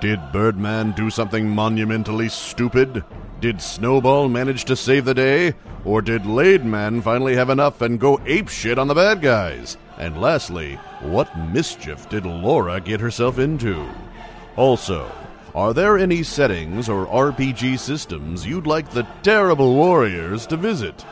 Speaker 1: Did Birdman do something monumentally stupid? Did Snowball manage to save the day? Or did Laidman finally have enough and go apeshit on the bad guys? And lastly, what mischief did Laura get herself into? Also, are there any settings or RPG systems you'd like the terrible warriors to visit?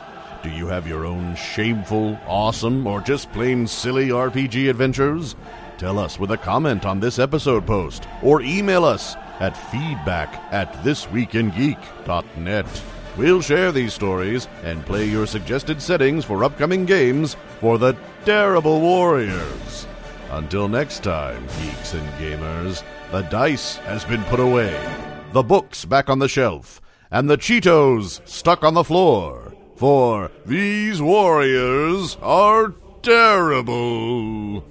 Speaker 1: Do you have your own shameful, awesome, or just plain silly RPG adventures? Tell us with a comment on this episode post or email us at feedback at thisweekingeek.net. We'll share these stories and play your suggested settings for upcoming games for the terrible warriors. Until next time, geeks and gamers, the dice has been put away, the books back on the shelf, and the Cheetos stuck on the floor. For these warriors are terrible.